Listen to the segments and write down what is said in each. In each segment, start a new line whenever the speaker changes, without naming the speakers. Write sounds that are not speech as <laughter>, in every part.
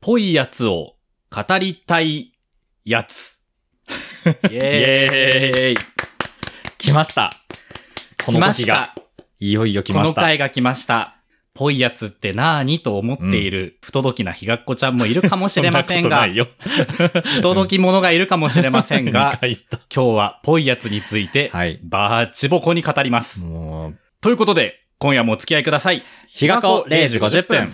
ぽいやつを語りたいやつ。 <laughs> イ
イエーイ来ました。この
来ま
時
し
が
た。
いよいよ来
こ
ま
の
した。
回が来ました。ぽいやつってなーにと思っている不届きなひがっこちゃんもいるかもしれませんが、
そなことないよ。
不届き者がいるかもしれません
二 <laughs>
が、
回言っ
今日はぽいやつについて
た、はい。
バーチボコに語ります。
もう、
ということで、今夜もお付き合いください。
日が子0時50分。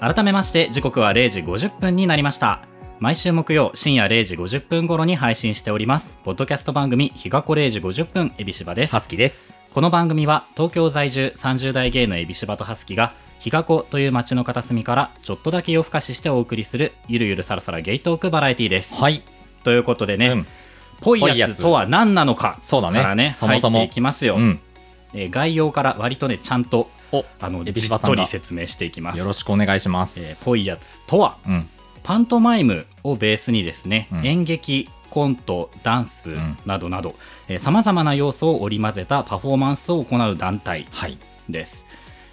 改めまして時刻は0時50分になりました毎週木曜深夜0時50分頃に配信しておりますポッドキャスト番組日がこ0時50分エビシバです
はすきです。
この番組は東京在住30代芸のエビシバとハスキが日が子という街の片隅からちょっとだけ夜更かししてお送りするゆるゆるさらさらゲイトークバラエティです。
はい。
ということでね、
うん
ぽい
ぽい
や
や
つ
つ
とは何なのか
そうだね
からね
そもそも
入っていきますよ、
うん。
えー概要から割とねちゃんと
お、
あのじ
エビシ
っ
バさん
と
が
り説明していきます。
よろしくお願いしま
えー
す。
ぽいやつとは
うん。
パントマイムをベースにですね、
うん
演劇コントダンス
ん
などなどさまざまな要素を織り交ぜたパフォーマンスを行う団体
はい。
です。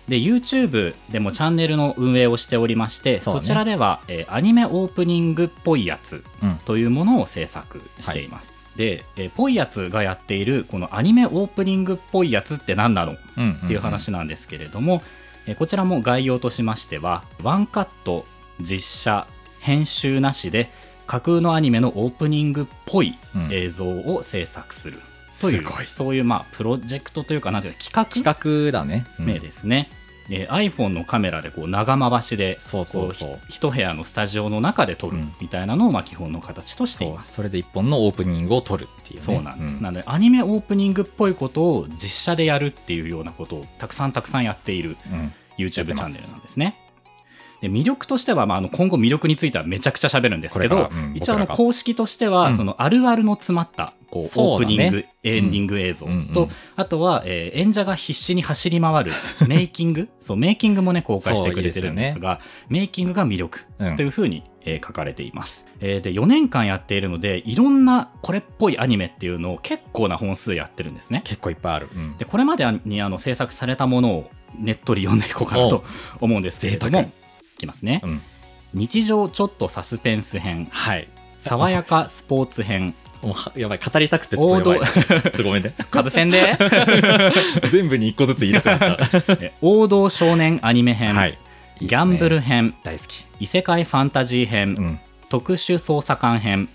で YouTube でもチャンネルの運営をしておりまして
そ
そ,、
うね
ちらでは、えーアニメオープニングっぽいやつ
うん。
というものを制作しています。で、えーぽいやつがやっているこのアニメオープニングっぽいやつって何なの
うん。
っていう話なんですけれども、えーこちらも概要としましてはワンカット実写編集なしで架空のアニメのオープニングっぽい
うん
映像を制作するという、
すごい
そういうまあプロジェクトというかなんていうか企画
企画だね。うん
名ですね、えー iPhone のカメラでこう長回しで
そうそうそう
こひ一部屋のスタジオの中で撮る
うん
みたいなのをまあ基本の形としてい
そ
ま
う。
す。
それで一本のオープニングを撮るっていうね。
そうなんです、なのでアニメオープニングっぽいことを実写でやるっていうようなことをたくさんたくさんやっている
うん。
YouTube チ
やって
ャ
ま
ンネ
す
ルなんですね。で魅力としては、まあ、あの今後魅力についてはめちゃくちゃ喋るんですけ
これ
ど、
からうん
一応あの
僕らが
公式としては、
うん
そのあるあるの詰まったこう
そ
オープ
うだね
ニング、エンディング映像と、
うんうんうん
あとは、えー演者が必死に走り
<laughs>
回るメイキングそうメイキングも、ね、公開してくれてるんですがメイキングが魅力
うん
というふうに、えー書かれています、えーで4年間やっているのでいろんなこれっぽいアニメっていうのを結構な本数やってるんですね。
結構いっぱいある。うん
でこれまでにあの制作されたものをネットで読んでいこうかな
お
と
う
思うんですけれど
贅
も、いきますね、
うん
日常ちょっとサスペンス
<laughs>
編、
はい。
爽やかスポーツ編、
もうはやばい、語りたくてちょっとやばい。 <laughs> ちょっとごめんね。
かぶせん
<laughs>
で、
全部に一個ずつ言いたくなっちゃう。
え王道少年アニメ編、
はい。
ギャンブル編、
<laughs> 大好き。
異世界ファンタジー編、
うん。
特殊捜査官編、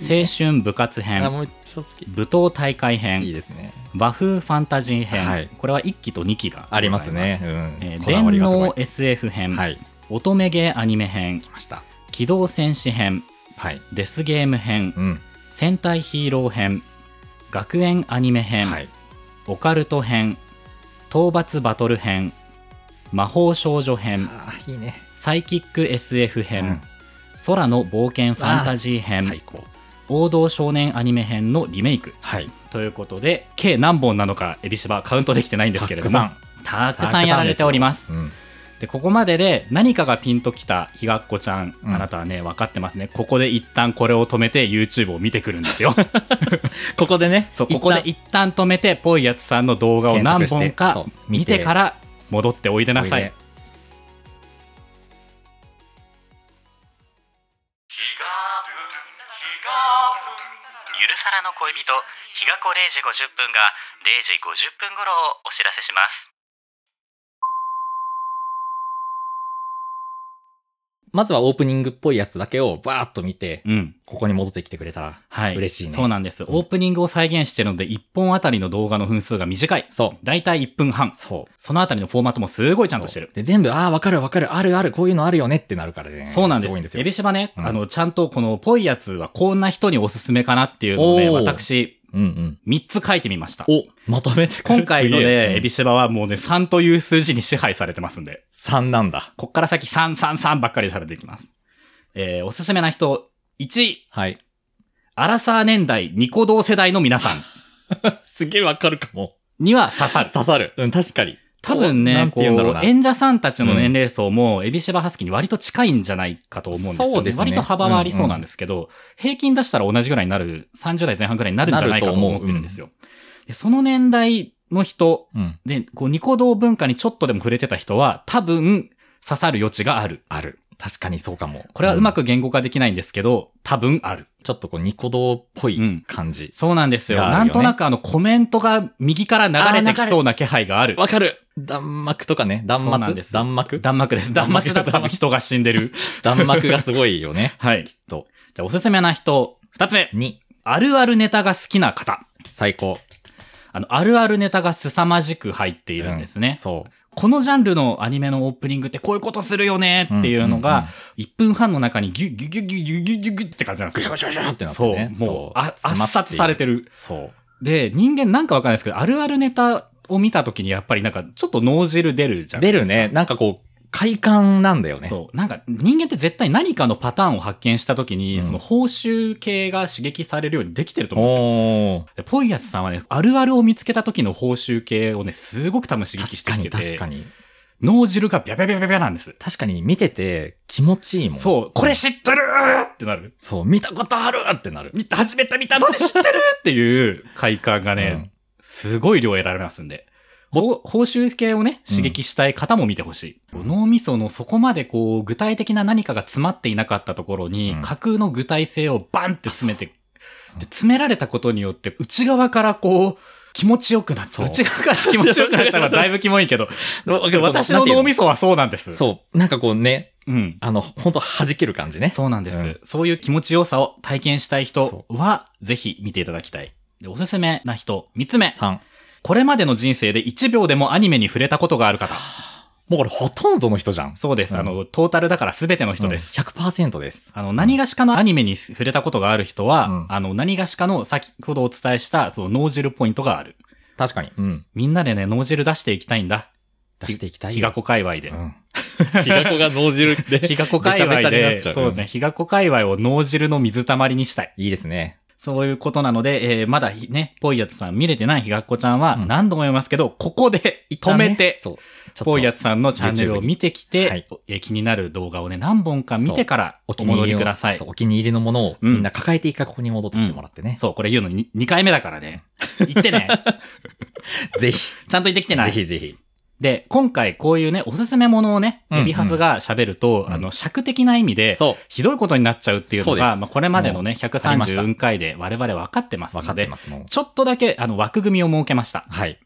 青春部活
あ、
編、
もうちょっと好き。
舞踏大会編、
いいですね。
和風ファンタジー編、
はい
これは1期と2期がござい
ありますね。うん。
えー
こだわり
電
がすごい
脳 SF 編、
はい。
乙女ゲーアニメ編
来ました。
機動戦士編
はい。
デスゲーム編
うん。
戦隊ヒーロー編学園アニメ編、
はい。
オカルト編討伐バトル編魔法少女編
ああ、いいね。
サイキック SF 編、
うん
空の冒険ファンタジー
あ
編
最高。
王道少年アニメ編のリメイク
はい。
ということで計何本なのかエビシバカウントできてないんですけれども
たく
たくさんやられております
うん。
でここまでで何かがピンときたひがっこちゃん、
うん
あなたはね分かってますねここで一旦これを止めて YouTube を見てくるんですよ
ここでね、
そうここで一旦止めてぽいやつさんの動画を何本
検
か
索してそう
見
見て
てから戻っておいで
旦
なさい。ゆるさらの恋人日がこ0時50分が0時50分頃をお知らせします
まずはオープニングっぽいやつだけをバーッと見て、
うん
ここに戻ってきてくれたら。
はい
嬉しいね
そうなんです
ん
オープニングを再現してるので1本あたりの動画の分数が短い
そう。
だいたい1分半
そう。
そのあたりのフォーマットもすごいちゃんとしてる
そうで、全部、ああ、わかるわかる、あるある、こういうのあるよねってなるからね。
そうなんですす。
ごいんです
エ
よ。
ビシバね、
うん
あの、ちゃんとこの、ぽいやつはこんな人におすすめかなっていうのをね、
おー
私、
うんうん。
3つ書いてみました。
お、まとめてくれ
今回の
すげえ
ね、エビシバはもうね、3という数字に支配されてますんで、
3なんだ。
こっから先3、3、3ばっかりで喋っていきます。えー、おすすめな人、1、
はい。
<laughs> アラサー年代、ニ
<laughs>
コ動世代の皆さん
すげえわかるかも。
には刺さる。
刺さる。うん、確かに。
多分ね、
なん
こ
て言うんだろうな
う、演者さんたちの年齢層も、エビシバハスキに割と近いんじゃないかと思うんですよね。
そうですね
割と幅はありそうなんですけど、平均出したら同じぐらいになる、30代前半ぐらいになるんじゃないかと
なると思
思
う
ってるんですよ。でその年代の人
うん。
で、こう、ニコ動文化にちょっとでも触れてた人は、多分、刺さる余地がある。
ある。確かにそうかも。
これはうま
く、
く言語化できないんですけど、多分ある。
ちょっとこう、ニコ動っぽい感じ。
そうなんですよ。
があるよ
な
ね
んとなくあのコメントが右から流れてきそうな気配がある。
わ、かる弾幕とかね。弾
そうなんで
幕
す
弾幕
弾幕です。
弾
弾幕
幕
だと多分人が死んでる。。
弾幕がすごいよね
<laughs> はい。
<laughs> きっと。
じゃあおすすめな人。二つ目。
2、
あるあるネタが好きな方。
最高。
あの、あるあるネタが凄まじく入っているんですね。
そ
このジャンルのアニメのオープニングってこういうことするよね
う。
っていうの
んん
が、1分半の中にギュッギュッギュッギュッギュッギュッギュッギュッって感じなんです
ぐちゃ
よ
ぐ。ちゃぐちゃってなって
そう
ね。。
もう、あ
詰ま
圧
ってい
殺
る
されてる。
そう。
で、人間なんかわかんないですけど、あるあるネタを見たときにやっぱりなんかちょっと脳汁出るじゃん。
出るね。なんかこう、快感なんだよね。
そう。なんか人間って絶対何かのパターンを発見したときに、
うん
その報酬系が刺激されるようにできてると思うんですよ。
おー
でポイヤスさんはね、あるあるを見つけた時の報酬系をね、すごく多分刺激し
確
て
か
きて
に
て、
確かに。
脳汁がビャビャビャビャビャなんです。
確かに見てて気持ちいいもん。う。
そう、これ知ってるってなる。
そう、見たことあるってなる。
見た、初めて見たのに知ってるっていう快感がね、
うん
すごい量得られますんで。ほ報酬系をね、刺激したい方も見てほしい。
うん
脳みそのそこまでこう、具体的な何かが詰まっていなかったところに、
うん
架空の具体性をバンって詰めて、で
うん
詰められたことによって、内側からこう、気持ちよくなっちゃ。
そうう
内側から気持ちよくなっちゃうのはだいぶキモいけど、私の脳みそはそうなんです。
そう、なんかこうね、
うん。
あの、本当弾ける感じね。
そうなんです、
うん
そういう気持ちよさを体験したい人は、ぜひ見ていただきたい。でおすすめな人、三つ目。
3。
これまでの人生で1秒でもアニメに触れたことがある方。
もうこれほとんどの人じゃん。
そうです。
うん
あの、トータルだから全ての人です。
うん100%です。
あの、何がしかのアニメに触れたことがある人は、
うん
あの、何がしかの先ほどお伝えした、その脳汁ポイントがある。
確かに。うん。
みんなでね、脳汁出していきたいんだ。
出していきたい
日が
よ。
子界隈で。 <laughs>
うん。日が子が脳汁 <laughs> って。
日が子界隈
べしゃべしゃにな
で、
っちゃう
そうね、日が子界隈を脳汁の水たまりにしたい。
いいですね。
そういうことなので、えーまだひね、ぽいやつさん見れてないひがっこちゃんは
うん
何度も言いますけど、ここで止めて、
そう。ちょ
ぽ
っ
いや
と
つさんのチャンネルを見てきて、
YouTube に
えー気になる動画をね、何本か見てから
お
お
気に
戻
入
り
りの
ください。
そ
そうう
お気に入りのものを
うん
みんな抱えていいからここに戻ってきてもらってね。
これ言うのに 2, 回目だから
<laughs>
ね。言ってね。
ぜひ。
ちゃんと言ってきてな
ぜ
い。
ひぜひ。
で、今回こういうね、おすすめものをね、
うん
エビハスが喋ると、
うん
あの、尺的な意味で、
そう。
ひどいことになっちゃうっていうの
そう
が、
です
まあ、これまでのね、
りました
134回で我々分かってます
分か
の
って
で、
ますもん。
ちょっとだけ、あの、枠組みを設けました。
はい。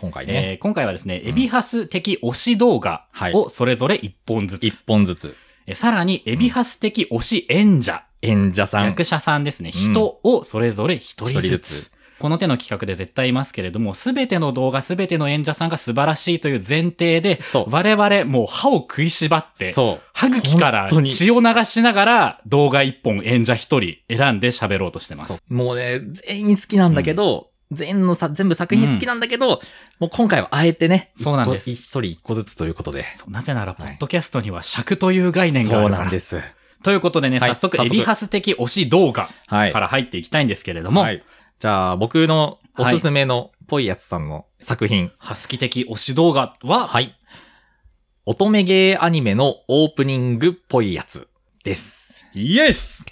今回ね。
えー今回はですね、
うん
エビハス的推し動画
はい
をそれぞれ1本ずつ。
一本ずつ。
えさらに、エビハス的推し演者、
演者さん。
役者さんですね、
うん
人をそれぞれ1人ずつ。
一人ずつ
この手の企画で絶対いますけれども、すべての動画、すべての演者さんが素晴らしいという前提で、
そ
我々もう歯を食いしばっ
う。
て、
そう。
歯茎から
本当に
血を流しながら動画1本演者1人選んで喋ろうとしてます。
そうもうね、全員好きなんだけど、全員のさ、全部作品好きなんだけど、もう今回はあえてね、
そうなんです
一個一人一個ずつということで。
そうなぜなら、ポ
はい
ッドキャストには尺という概念があ
そう
るか
なん
ら。
です。
ということでね、
はい
早速、
早
エ
速
ビハス的推し動画
はい。
から入っていきたいんですけれども、
はいじゃあ、僕のおすすめのぽいやつさんの作品。
ハスキ的推し動画は、
はい。乙女ゲーアニメのオープニングっぽいやつです。
イエス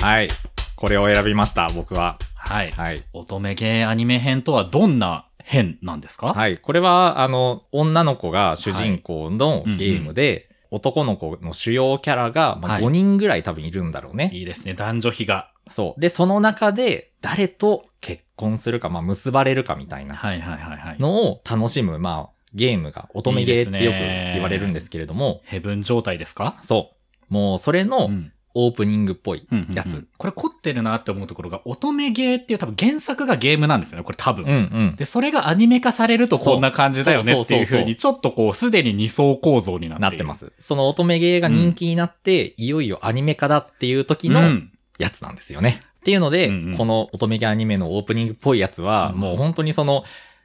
はい。これを選びました、僕は。
はい。
はい。
乙女ゲーアニメ編とはどんな編なんですか、
はい。これは、あの、女の子が主人公のゲームで、男の子の主要キャラが、ま
は
あ、
い
5人ぐらい多分いるんだろうね。
い、いですね。男女比が。
そう。で、その中で、誰と結婚するか、まあ、結ばれるかみたいな
はいはいはいはい。
のを楽しむ、まあ、ゲームが、乙女ゲーって
いい
よ
です
く
ね
言われるんですけれども、
ヘブン状態ですか
そう。もう、それの
ん。
オープニングっぽいや
や
つ。
つ。これ凝ってるなって思うところが、乙女ゲーっていう多分原作がゲームなんですよね。これ多分。
うんうん。
で、それがアニメ化されるとこんな感じだよね
そう
っていう
そうそうそう
風に、ちょっとこう、すでに二層構造になってい
な
る
ってま。す。その乙女ゲーが人気になって、いよいよアニメ化だっていう時
う
の
ん
やつなんですよね。っていうので、
うんうん
この乙女ゲーアニメのオープニングっぽいやつは、
うん
もう本当にその、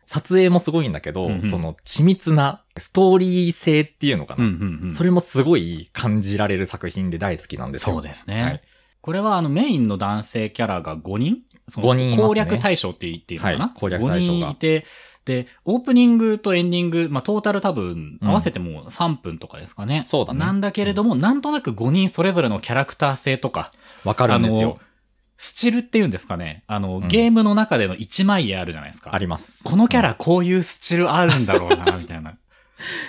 撮影もすごいんだけど、
うんうん
その緻密なストーリー性っていうのか
う
な。
んうんうん。
それもすごい感じられる作品で大好きなんですよ。
そうですね。
はい
これはあのメインの男性キャラが5人その
5人いますね
攻略対象って言っていいのかな、
はい攻略対象が
5人いて、で、オープニングとエンディング、まあ、トータル多分、合わせてもう3分とかですかね。
そうだね
なんだけれども、なんとなく5人それぞれのキャラクター性とか、
わかるんですよ。
スチルっていうんですかね。あの、
ん
ゲームの中での一枚絵あるじゃないですか。
あります。
このキャラこういうスチルあるんだろうな、みたいな。 <laughs>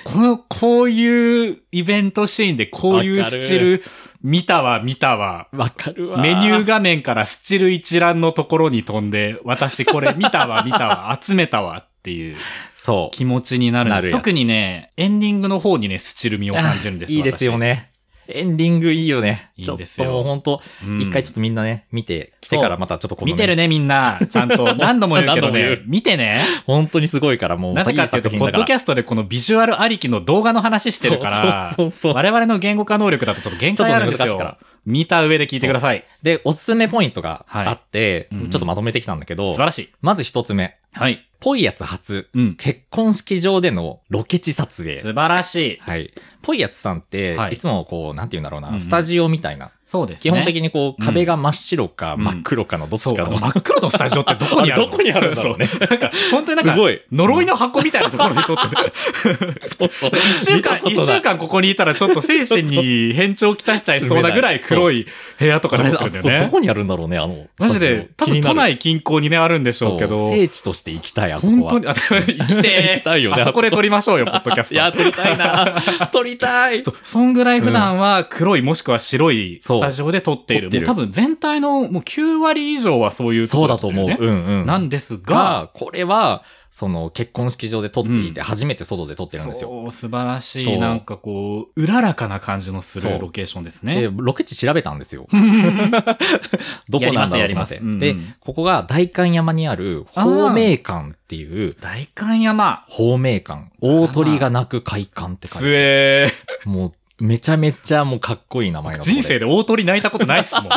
この、こういうイベントシーンでこういうスチル見たわ、見たわ。
わかるわ。
メニュー画面からスチル一覧のところに飛んで、私これ見たわ、見た
<laughs>
わ、集めたわっていう
そう。
気持ちになるんで
なる
す。
やつ
特にね、エンディングの方にね、スチル味を感じるんです
いいですよ。ね。エンディングいいよね。
いいんです
ちょ
よ
っともう本当、
私うん
一回ちょっとみんなね、見てきてからまたちょっとこの、
見てるね、みんな。ちゃん
<laughs>
と。何度も言うけど
何度も言
ね
う。
見てね。
本当にすごいから、も
<laughs>
う、
なぜかっていうと、
いい
ポッドキャストでこのビジュアルありきの動画の話してるから、
そうそうそうそう。
我々の言語化能力だとちょっと限界あるんです
ちょっとね難
よ。見た上で聞いてください。
で、おすすめポイントがあって、
はいうんうん
ちょっとまとめてきたんだけど、
素晴らしい。
まず一つ目。
はい。
ぽいやつ初。
うん。
結婚式場でのロケ地撮影。
素晴らしい。
はい。ぽいやつさんって、
はい
い、つもこう、なんて言うんだろうな、
うんうん
スタジオみたいな。
そうです
基
ね。
本的にこう、
うん
壁が真っ白か
うん
真っ黒かのどっ
そ
ち
う、
か
あ
の。
の真っ黒のスタジオってどこにあるの
どこにあるんだろうね
そなんか、本当になんか、
すごい
呪いの箱みたいなところで撮って
<laughs>
て、
そう <laughs> そう。
一週間、一週間ここにいたらちょっと精神に変調きたしちゃいそうなぐらい黒い部屋とか
あ
撮
れ、
って
あ
る
そ
ん
こ
だよ
ど
ね。
こにあるんだろうね、あの。
マジ
ス
で、
タ
多
ジ
分
オ気にな
都
る
内近郊にね、あるんでしょうけど。
そう聖地として行きたい、あそこは。
本当に、あ、でも行きてー
<laughs> 行きたいよね
あそこで撮りましょうよ、ポッドキャスト。
<laughs> いや、撮りた
<laughs>
いな。撮りたい。
そう、そんぐらい普段は黒いもしくは白いスタジオで撮っている。
そう
もう多分全体のもう9割以上はそういう
そう
こ
だ
撮
と
ってる
思う。
ね
うんうん。
なんですが、
が、これは、その、結婚式場で撮っていて、初めて外で撮ってるんですよ。
そう、素晴らし
そ
い、
う
なんかこう、うららかな感じのす
そ
る
う
ロケーションですね。
で、ロケ地調べたんで
<laughs>
すよ。どこなんだろうと思って
やりますやります
で
うんうん、
ここが大観山にある、方明館っていう、
大観山。
方明館。大鳥が鳴く快館って書い
すえ
て、もう、めちゃめちゃもうかっこいい名前
ー。
の
<laughs> 人生で大鳥泣いたことないっす
<laughs>
もん。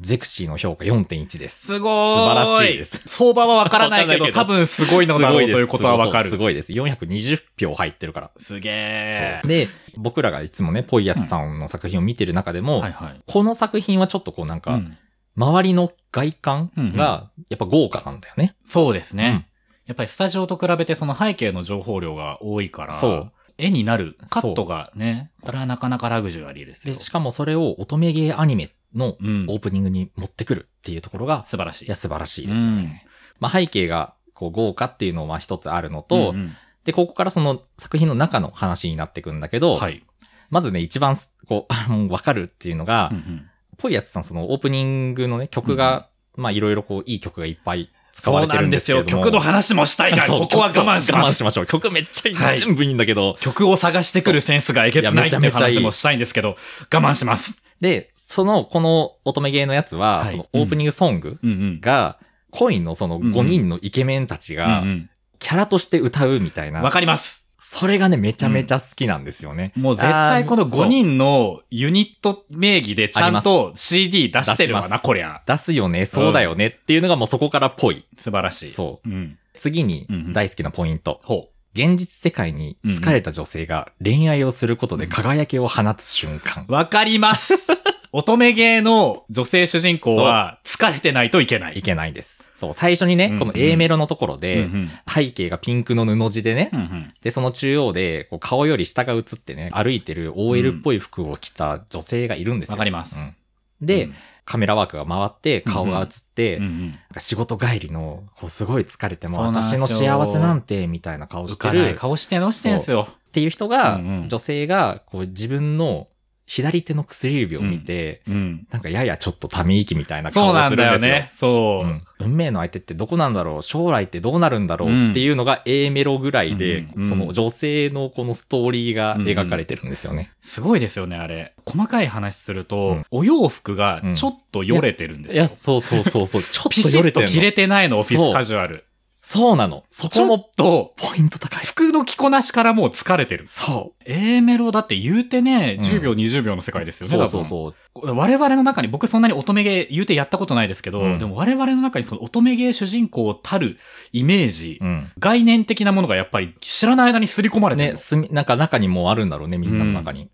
ゼクシーの評価4.1です。
すごーい。
素晴らしいです。
相場はわからないけど、
わか
多
ら
分すごいのだろうということはわか
す
る。
ごいです。420票入ってるから。
すげえ。
で、僕らがいつもね、ぽいやつさんの作品を見てる中でも、
はいはい。
この作品はちょっとこうなん
う
か、
ん
周りの外観がやっぱ豪華なんだよね。
そうですね。
うん
やっぱりスタジオと比べてその背景の情報量が多いから、
そう
絵になるカットがね、これはなかなかラグジュアリーですよ
で、。しかもそれを乙女芸アニメの
うん
オープニングに持ってくるっていうところが、
素晴らしい。
いや、素晴らしいですよね。まあ背景がこう豪華っていうのは一つあるのと、
うんうん
で、ここからその作品の中の話になってくんだけど、
はい。
まずね、一番こう、あもうわかるっていうのが、
うんうん
ぽいやつさん、そのオープニングのね、曲が、まあいろいろこう、いい曲がいっぱい使われてるんですけれども。
そうなんですよ。曲の話もしたいから、
そう
ここは我慢しま
我慢
す。
しましょう。曲めっちゃいい。
はい
全部いいんだけど。
曲を探してくるセンスがえげつないって
いやめ
いう
ちゃめちゃいい
話もしたいんですけど、我慢します。
で、その、この乙女芸のやつは、
はい
そのオープニングソング
うんうん。
が、コインのその
んうん
5人のイケメンたちが
う、ん
キャラとして歌うみたい
うん
な、
わかります。
それがね、めちゃめちゃ好きなんですよね。
もう絶対この5人のユニット名義でちゃんと CD 出してるわ
出しま
な、
す
こりゃ。
出すよね、そうだよねっていうのがもうそこからぽい。
素晴らしい。。
そう
うん。
次に
うんうん
大好きなポイント。
ほ
現実世界に疲れた女性が恋愛をすることで輝きを放つ瞬間。
う。わかります <laughs> 乙女芸の女性主人公は疲れてないといけないい。
けないです。そう、最初に
うんう
ね
ん、
この A メロのところで、
うんうん
背景がピンクの布地でね、
うんうん
で、その中央で、こう顔より下が映ってね、歩いてる OL っぽい服を着た女性がいるんですよ。
わかります
うんで、カメラワークが回って、顔が映って、
うんうん
なんか仕事帰りの、こうすごい疲れて、もう
そうなんです
私
よ
の幸せなんて、みたいな顔し
浮
て
かない
る。
顔してのしてんすよ。
っていう人が、
うんうん
女性がこう自分の左手の薬指を見て、
うん。
なんかややちょっとため息みたいな顔
そう
を
な
する
んだ
んですよ。
よね。そうう。
ん運命の相手ってどこなんだろう将来ってどうなるんだろ
うん
うっていうのが A メロぐらいで、
うんうん
その女性のこのストーリーが描かれてるんですよね。
すごいですよね、あれ。細かい話する
う
と
ん、
お洋服がちょっとよれてるんです
いや、
よ。
そうそうそうそう。ちょ
<laughs> ピ
っと
シ
よ
ッ
れて
と
る
切
の。
れてないの、オフィ
そ
ス
う
カジュアル。
そうなの。そ
ち
こ
ょ
も
っと、
ポイント高い。
服の着こなしからもう疲れてる。
そ
A メロだって言うてね、
うん
10秒、20秒の世界です
う。
よね、
そう
多
そう
分
そう。
我々の中に、僕そんなに乙女芸言うてやったことないですけど、
うん
でも我々の中にその乙女芸主人公たるイメージ、
うん。
概念的なものがやっぱり知らない間に刷り込まれてる
ね、
の、
すみ、なんか中にもあるんだろうね、みんなの中に。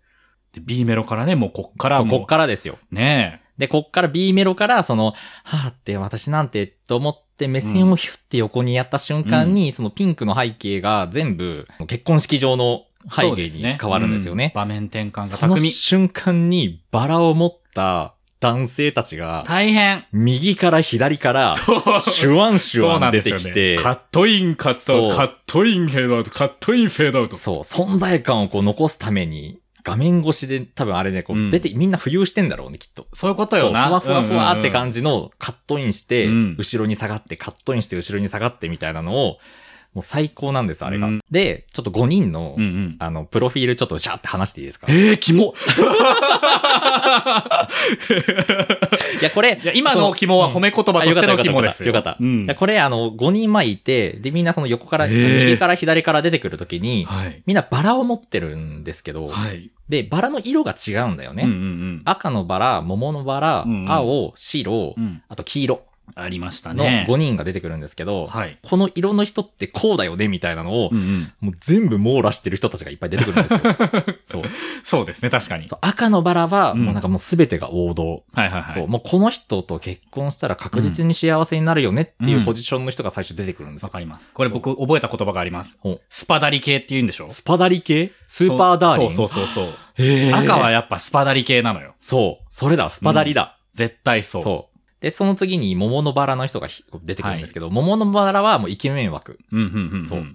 で B メロからね、もうこっから
そう、
もう
こっからですよ。
ねえ
で、こっから B メロから、その、はぁって私なんてと思っって目線をヒュッて横にやった瞬間に、そのピンクの背景が全部結婚式場の背景に変わるんですよね。
場面転換が
その
巧み。
瞬間にバラを持った男性たちが、
大変。
右から左から、シュワンシュワン出てきて、
カットイン、カットアウト、
そう
カットイン、フェードアウト、カットイン、フェードアウト。
そう、存在感をこう残すために、画面越しで多分あれね、こ
うん
う出て、みんな浮遊してんだろうね、きっと。
そういうことよな。
そうふわふわふわって感じのカットインして、
うん
後ろに下がって、カットインして、後ろに下がってみたいなのを、もう最高なんです、あれが。
うん
で、ちょっと5人の、
うんうん。
あの、プロフィールちょっとシャーって話していいですかい
ええ、キモ
や、これ
い、や、今の肝は褒め言葉としての肝です
よかったよかったよかった
うん
いやこれ、あの、5人前いて、で、みんなその横から、
へー
右から左から出てくるときに、
はい。
みんなバラを持ってるんですけど、
はい。
で、バラの色が違うんだよね。
うんうん
赤のバラ、桃のバラ、
うんうん
青、白、
うん。うん。
あと黄色
ありました
の
ね。
5人が出てくるんですけど、
はい。
この色の人ってこうだよねみたいなのを、
うんうん。
もう全部網羅してる人たちがいっぱい出てくるんですよ。そう
<laughs> そうですね、確かに。
そう赤のバラは、
うん
もうなんかもう全てが王道。
はいはいはい。
そう、もうこの人と結婚したら確実に幸せになるよねっていううんポジションの人が最初出てくるんです
わ
よ。
かります。これ僕覚えた言葉があります
ほう。
スパダリ系って言うんでしょ
スパダリ系スーパーダーリン
そうそうそうそう。
へー
赤はやっぱスパダリ系なのよ。
そう、それだ、スパダリだ。
絶対そう。
そう。で、その次に桃のバラの人がひ出てくるんですけど、桃のバラはもうイケメン枠。
う。うんうんうん。
そう。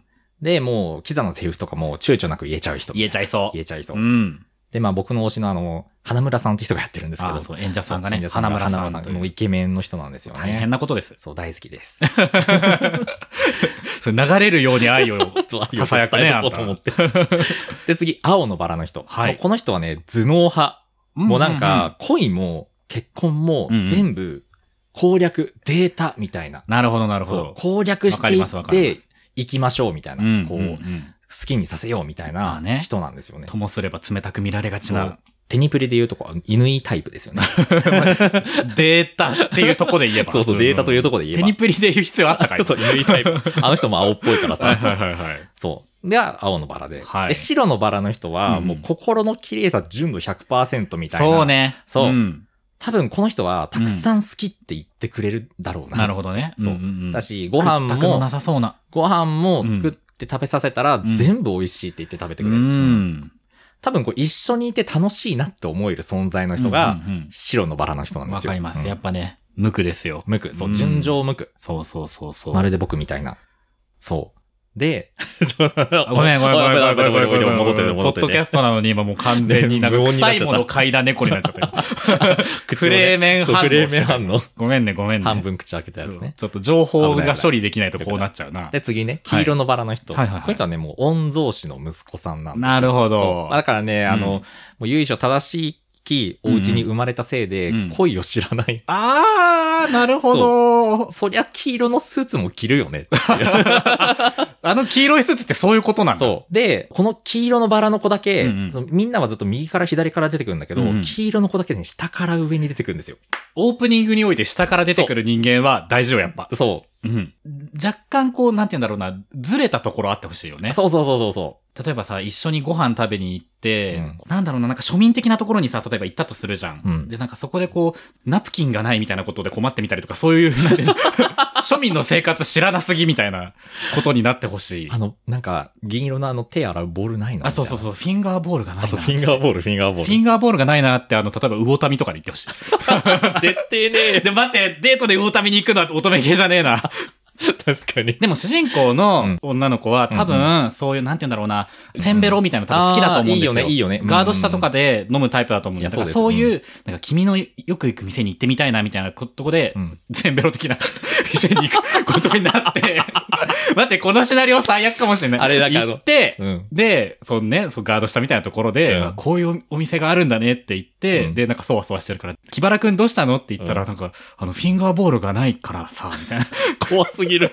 で、もう、キザのセリフとかも躊躇なく言えちゃう人。
言えちゃいそう。
言えちゃいそう。
うん。
で、まあ僕の推しのあの、花村さんって人がやってるんですけ
あ
ど、
あ、そう、演者さんが
演
ね、
者
花村さんという
もうイケメンの人なんですよね。
大変なことです。
そう、大好き <laughs> です。
それ流れるように愛を。
ささやくね、
伝え
あ
とこ
ん
うと
た
思っ。
<laughs> で、次、青のバラの人。
はい
もうこの人はね、頭脳派。 <laughs> もうなんか、恋も結婚も
うんうん
全部攻略、データみたいな。
うんうんうん、なるほどなるほ
そう
ど。
攻略
わ
し
か
て
り
い
ますわかり
っ
ま
て
す。
行きましょうみたいな、
うん。
こ
こ
う、
う
好
ん、
きにさせようみたい
まあ
な
ね
人なんですよね。
ともすれば冷たく見られがち
そ
な
う。テニプリで言うとこは、犬いタイプですよね。
データっていうとこで言えば。
<laughs> そうそう、データというとこで言え
テ
ば。
ニプリで言う必要あったかい
<laughs> そう、犬いタイプ。あの人も青っぽいから
はいはい
さ。
はいはい。
そう。で、青のバラで。
はい
で、白のバラの人は、
うん
もう心の綺麗さ純度100%みたいな。
そう。ね。
そうん多分この人は、たくさん好きって言ってくれるだろうな。
なるほどね。
そうん
んん
だし、ご飯
屈託の
も
な、さそうな。
ご飯も作って食べさせたら、
ん
全部美味しいって言って食べてくれる。
うん
多分こう一緒にいて楽しいなって思える存在の人が、
うんうん
白のバラの人な
うんん
で
わ
すよ。
かります。
うん
やっぱね、無垢ですよ。
無垢。そうう、
ん
純情無垢。
そうそうそうそう。
まるで僕みたいな。そう。で、
ごめんごめんごめんごめんごめんごめんごめん
戻ってて
ポ
戻っ
ッ
て
ドキャストなのに今もう完全になんか
無音にな
臭
っちゃっ
い
た
もの嗅いだ猫になっちゃったよ。
口
ク
をね
レーメン
そう
反応
クレーメン反応。
ごめんねごめんね。
半分口開けたやつ
そう
ね。
ちょっと情報が処理できないとこうなっちゃうな。
で、次ね、黄色のバラの人。
はいはいはいはい
この人はね、もう、御曹司の息子さんなんですよ
なるほど
そうだからね、あの、
うん
もう、由緒正しきお家に生まれたせいで、
うんうん
恋を知らない。
あー、なるほど。
そりゃ、黄色のスーツも着るよねっていう。
あの黄色いスーツってそういうことなんだ。
<laughs> そう。で、この黄色のバラの子だけ、
うんうん
そのみんなはずっと右から左から出てくるんだけど、
うんうん
黄色の子だけね、下から上に出てくるんですよ。
オープニングにおいて下から出てくる人間は大事よ、やっぱ。
そ
うん。若干こう、なんて言うんだろうな、ずれたところあってほしいよね
う。。そうそうそうそうそ
例えばさ、一緒にご飯食べに行って、
うん
なんだろうな、なんか庶民的なところにさ、例えば行ったとするじゃん。
うん。
で、なんかそこでこう、ナプキンがないみたいなことで困ってみたりとか、そういう、なんていう <laughs> の庶民の生活知らなすぎみたいなことになってほしいう
あ。の、なんか、銀色のあの手洗うボールないの
あ、そうそう
う。
そう、フィンガーボールがない
あ、
な。
そう、フィンガーボール、フィンガーボール。
フィンガーボールがないなって、あの、例えば、魚民とかで言ってほしい。
絶対
<laughs>
ね
で、待って、デートで魚民に行くのは乙女系じゃねえな。
確かに。
<laughs> でも主人公の女の子は多分、そういう、なんて言うんだろうな、せんべろみたいなの多分好きだと思うんですよ。
あーいいよねいいよねうんうん
ガード下とかで飲むタイプだと思うん
いや
だからそ
そううです
いう、なんか君のよく行く店に行ってみたいなみたいなことこで
う、ん。
せんべろ的な店に行くことにな <laughs> って、待って、このシナリオ最悪かもしれない。
あれだからあの
行って、
うん。
で、そのね、そうガード下みたいなところで、
うん
あこういうお店があるんだねって言って、
うん
で、なんかそわそわしてるから、木原くんどうしたのって言ったら、
う
なんか、あの、フィンガーボールがないからさ、みたいな。 <laughs>
怖すぎる。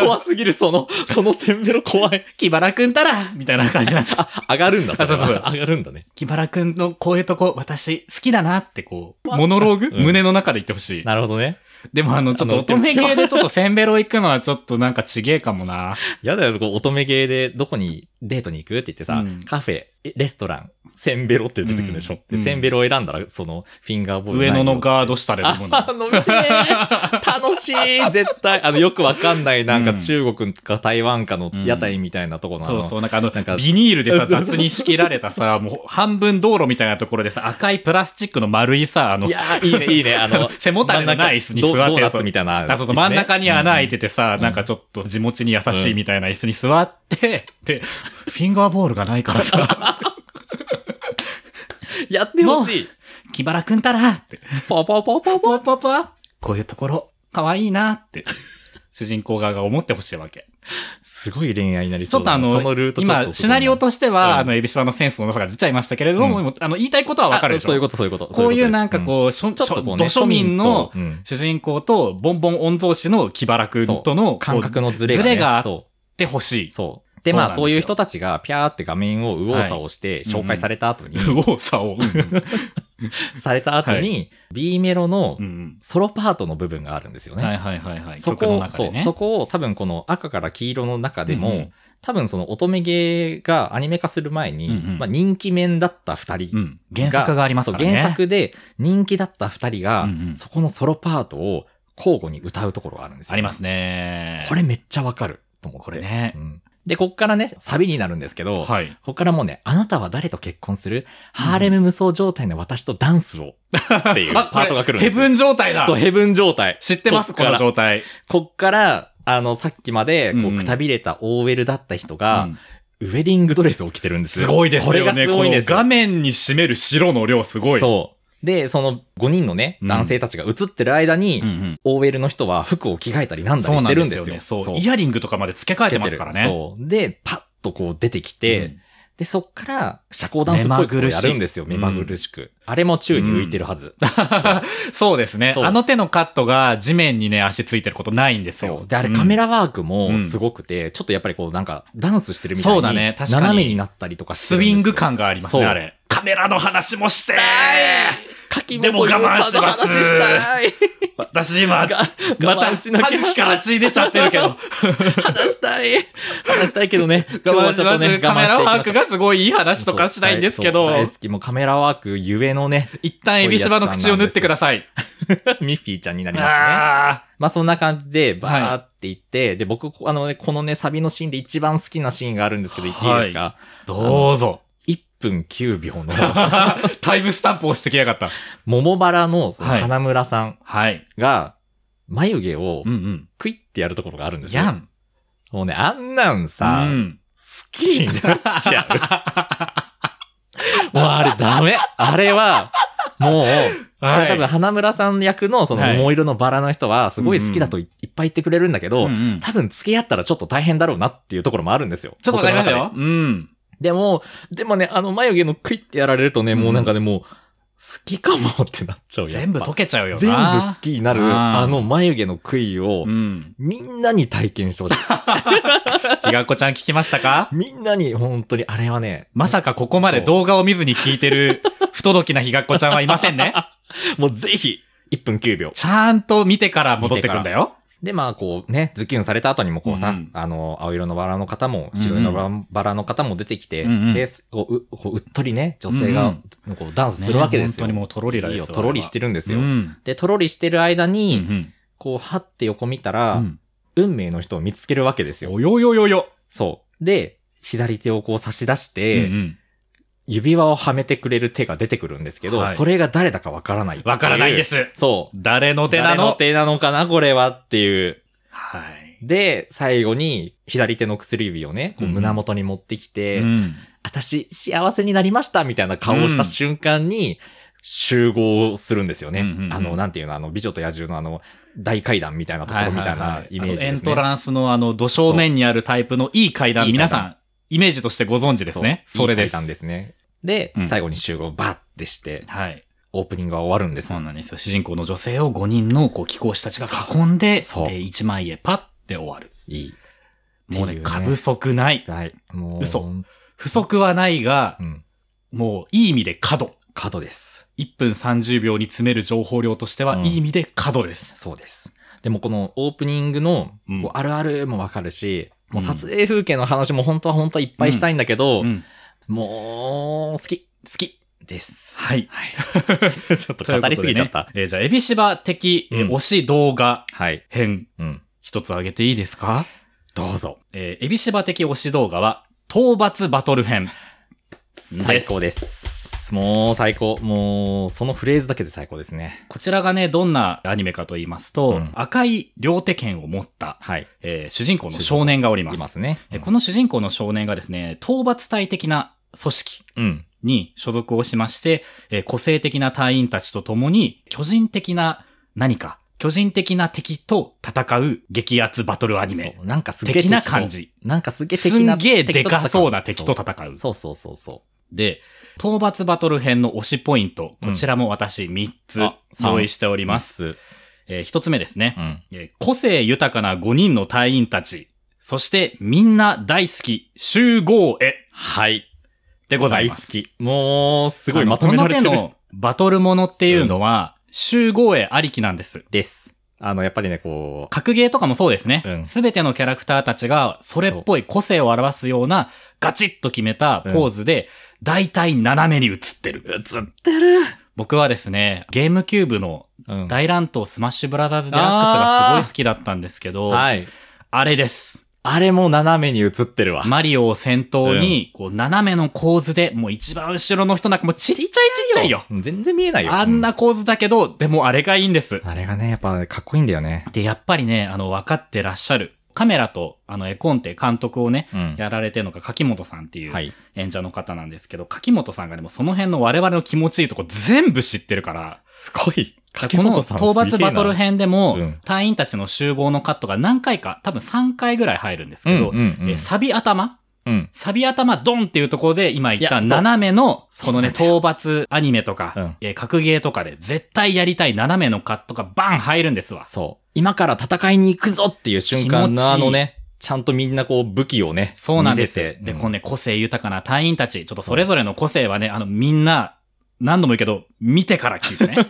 怖すぎる、その、そのせんべろ怖い。
木原くんたらみたいな感じになっちゃう
あ、上がるんだ、
あそうそうそう
れは上がるんだね。
木原くんのこういうとこ、私、好きだなってこう、モノローグ、
うん
胸の中で言ってほしい。
なるほどね。
でもあの、ちょっと乙女系でちょっとセンベロ行くのはちょっとなんかちげえかもな。
やだよ、こう乙女芸でどこにデートに行くって言ってさ、
うん
カフェ、えレストラン、せんべろって出てくるでしょ。
うん
でせんべろを選んだら、その、フィンガーボール
上野の
が
ガ
<laughs>
ード下で飲むの。
飲みてー楽ししい、絶対。あの、よくわかんない、なんか中国か台湾かの屋台みたいなとこの、あ
そ
の
うそう、なんかあの、
なんか
ビニールでさ、雑に仕切られたさ、もう半分道路みたいなところでさ、赤いプラスチックの丸いさ、あの
い、やーいいね、いいね。あの、
背もたれのない椅子に座ってるやつ
ドドーナツみたいな、
あそうそう、真ん中に穴開い
て。
ててさ、なんかちょっと地持ちに優しいみたいな椅子に座って、で、フィンガーボールがないから
<laughs>
さ、
やってほしい。
木原くんたらって、
パパ
ポ
パパパ。
ッポッポッこういうところ、かわいいなって、主人公側が思ってほしいわけ。
すごい恋愛になり
ちょ
そ
っ
う
と
だ
あ
な。
の、
そのルートちょっと
今、シナリオとしては、
うん
あの、エビシバのセンスの良さが出ちゃいましたけれども、
う
もうあの、言いたいことはわかるでしょ。
あそういうこと、そういうこと。
こういうなんか
う
こう、しょ
ん、ちょっ
し
とこ
ょ
う
ど
ね、
庶民の
庶民とうん
主人公と、ボンボン御曹司の木原くんとの
感
こう
覚のズレが
ズ
ね。
レがあっ
そ
ってほし
う。
い。
そう。で、
そうなん
ま
で
あ
すよ
そういう人たちがピャーって画面を右往左往して紹介された後に、 <laughs>
<laughs> 右往左往。
された後に、B メロの
うん
ソロパートの部分があるんですよね。
はいはいはいはい。
そ
曲の
こを、
中
そ
で
う、
ね。
そこを多分この赤から黄色の中でも、
うんうん
多分その乙女芸がアニメ化する前に、
うんうん
まあ、人気面だった二
う
人、
ん。原作があります
そう
からね。
原作で人気だった二人が、
うんうん
そこのソロパートを交互に歌うところがあるんですよ。
ありますね。
これめっちゃわかると思って。
これね
う。んで、こっからね、サビになるんですけど、
はい。
こっからもうね、あなたは誰と結婚するハーレム無双状態の私とダンスを <laughs> っていう
あ
パートが来るんです
ヘブ
よ。
ン状態だ
そう、ヘブン状態。
知ってますこ
こっから
の状態。
こっから、あの、さっきまで、こ
うんう
う、
ん
くたびれた OL だった人
う
が、
ん
ウェディングドレスを着てるんです
す
よ。
ごいです
これ
よ
が
ね。
す
こ
ごい
の
ですよ
画面に占める白の量すごい。
そう。で、その5人のね、
うん
男性たちが映ってる間に、
うんうん。
OL の人は服を着替えたりなんだ
そう
りし
な
て
ん
るん
で
ですす
よね。
よ。
そう。
そう
イヤリングとかまで付け替えてますからね。
そう。で、パッとこう出てきて、
うん
で、そっから、社交ダンスっぽいことをやるんですよ。
目
目
ま
ま
ぐ
ぐ
る
るしく。あれも宙に浮いてるはず。
そうですね。
そう
あの手のカットが地面にね、足ついてることないんです
そ
よ。
う。で、あ
う
れ
ん
カメラワーク
うん
もすごくて、ちょっとやっぱりこうなんかダンスしてるみたいに。
そうだね確かに
斜めになったりとかして
スウ
るんですよ
ィング感がありますね、
そう
あれ。カメラの話もして
柿
でも
本優
我慢し
さんの
ます
話し
<laughs>
たい。
私今、
が
ま
我
た、
慢しなきゃ
歯茎から血出ちゃってるけ <laughs> ど。
話したい。話したいけど
<laughs>
ね。今日
ま
は
ず
ちょっとね、
カメラワーク
が
がすごいいい話とかしたいんですけど、
大好き。もうカメラワークゆえ
<laughs>
のね、
一旦エビシバの口を縫ってください。
ミッフィーちゃんになりますね。
あ
まあそんな感じで、バーっていって、で、僕、あのね、このね、サビのシーンで一番好きなシーンがあるんですけど、言っていいですか、
ーどうぞ。 <laughs>
?1 分9秒の、
タイムスタンプ押してきやがった。
桃バラのその
はい
花村さん
はい。
が、眉毛を
うん
クイってやるところがあるんですよ。
やん。
もうね、あんなんさ、
うん
好きになっちゃう。もうあれダメ。あれは、もう、これ多分花村さん役のその
はい
桃色のバラの人はすごい好きだといいっぱい言ってくれるんだけど、
うんうん
多分付き合ったらちょっと大変だろうなっていうところもあるんですよ。
ちょっとわかります
僕の
よ
中。
うん。
で。でも、でもね、あの眉毛のクイってやられるとね、もうなんかね、もう、好きかもってなっちゃうやっぱ
全部溶けちゃうよな。
全部好きになる、
あー
あの眉毛のクイを
う、ん。
みんなに体験してほしい。
ひがっこちゃん聞きましたか
みんなに本当に、あれはね、
まさかここまで動画を見ずに聞いてる不届きなひがっこちゃんはいませんね。
もうぜひ、1分9秒。
ちゃんと見てから戻ってくんだよ。
で、まあ、こうね、ズキュンされた後にもこうさ、
うんうん
あの、青色のバラの方も、白色のバラの方も出てきて、
うんうん
で、こうう、こううっとりね、女性が、こう、ダンスするわけですよ。
ね本当にもうトロリラですよ
いいよ、とろりしてるんですよ。
うん。
で、とろりしてる間
う
に、
ん
こう、はって横見た
う
ら、
ん。
運命の人を見つけるわけですよ。
およよよよ。
そう。で、左手をこう差し出して、
うんうん
指輪をはめてくれる手が出てくるんですけど、
はい
それが誰だかわからないってう。
わからないです。
そう。
誰の手な
誰の
の
手なのかな、これはっていう。
はい。
で、最後に左手の薬指をね、こう
うん
胸元に持ってきて、
うん
私幸せになりましたみたいな顔をした瞬間に、集合するんですよね。
うんうんうん
あの、なんていうの、あの、美女と野獣のあの、大階段みたいなところみたいなイメージですね。
あのエントランスのあの、土正面にあるタイプのいい階段、
そう
皆さん、イメージとしてご存知ですね。それ
い
で
い
す。
階段ですね。で、
うん
最後に集合バッてして、
はい。
オープニングは終わるんです
そう。なんですよ。主人公の女性を5人のこう貴公子たちが囲んで、で
そう
1枚へパッて終わる。
いい。
もうね、
っていうね
過不足ない。
はい。もう、
嘘
うん。
不足はないが、もういい意味で過度。
角です。
1分30秒に詰める情報量としては、
うん
いい意味で過度です。
そうです。でもこのオープニングの
うん
こうあるあるもわかるし、
うん
もう撮影風景の話も本当は本当はいっぱいしたいんだけど、
うん
もう好き。
好き。
で
<laughs>
す。
はい。
はい。ちょっと語りすぎちゃった。
ということでねえーじゃあ、エビシバ的、えー
うん
推し動画
はい。
編、
うん。
一つ挙げていいですか
どうぞ。
えー、エビシバ的推し動画は、討伐バトル編。す
最高です。もう最高。もう、そのフレーズだけで最高ですね。
こちらがね、どんなアニメかと言いますと、
うん
赤い両手剣を持った、
はい。
えー主人公の少年がおります。
いますね。
えーこの主人公の少年がですね、討伐隊的な組織
うん。
に所属をしまして、えー個性的な隊員たちと共に、巨人的な何か、巨人的な敵と戦う激アツバトルアニメ
そう。なんかすげえ
的な
敵と
感。じ。
なんかすげえ
す
敵
ん
な。
げえでかそうな敵と
戦
戦う
う。。そうそうそうそ
で、討伐バトル編の推しポイント、
うん
こちらも私3つ
あ
用意しており
う。
ます。
す。
え1つ目ですね
う、ん。
えー個性豊かな5人の隊員たち、そしてみんな大好き、集合へ
はい。
でございます。
大好き。もう、すごい
あの
まとめられて
この手
る。
のバトルものっていうのは、集合へありきなんです。
です。あの、やっぱりね、こう、
格ゲーとかもそうです
う
ね。
ん
す、べ、てのキャラクターたちが、それっぽい個性を表すような、ガチッと決めたポーズで、大体斜めに映ってる。
映ってる。
僕はですね、ゲームキューブの
うん。
大乱闘スマッシュブラザーズデラックスがすごい好きだったんですけど、あ
はい。
れです。
あれも斜めに映ってるわ。
マリオを先頭に、こう、斜めの構図で、もう一番後ろの人なんかもうちっちゃいちっちゃいよ。
うん全然見えないよ。
あんな構図だけど、でもあれがいいんです
う。ん。あれがね、やっぱかっこいいんだよね。
で、やっぱりね、あの、分かってらっしゃる。カメラと、あの、絵コンテ監督をね、
うん。
やられてるのが柿本さんっていう
はい。
演者の方なんですけど、柿本さんがでもその辺の我々の気持ちいいとこ全部知ってるから、
すごい。
この討伐バトル編でも、
うん
隊員たちの集合のカットが何回か、多分3回ぐらい入るんです
う
け
ん
ど、
うんうん
えーサビ頭
うん。
サビ頭ドンっていうところで今言った
いやそう
斜めの、このね、
そう
討伐アニメとか、
うん
えー格ゲーとかで絶対やりたい斜めのカットがバン入るんですわ。
そう。今から戦いに行くぞっていう瞬
気持
間
ちいい
のあのね、ちゃんとみんなこう武器をね、
そうなんです。
見せて
で、
うん
このね、個性豊かな隊員たち、ちょっとそれぞれの個性はね、あの、みんな、何度も言うけど、見てから聞いて
<laughs>
ね。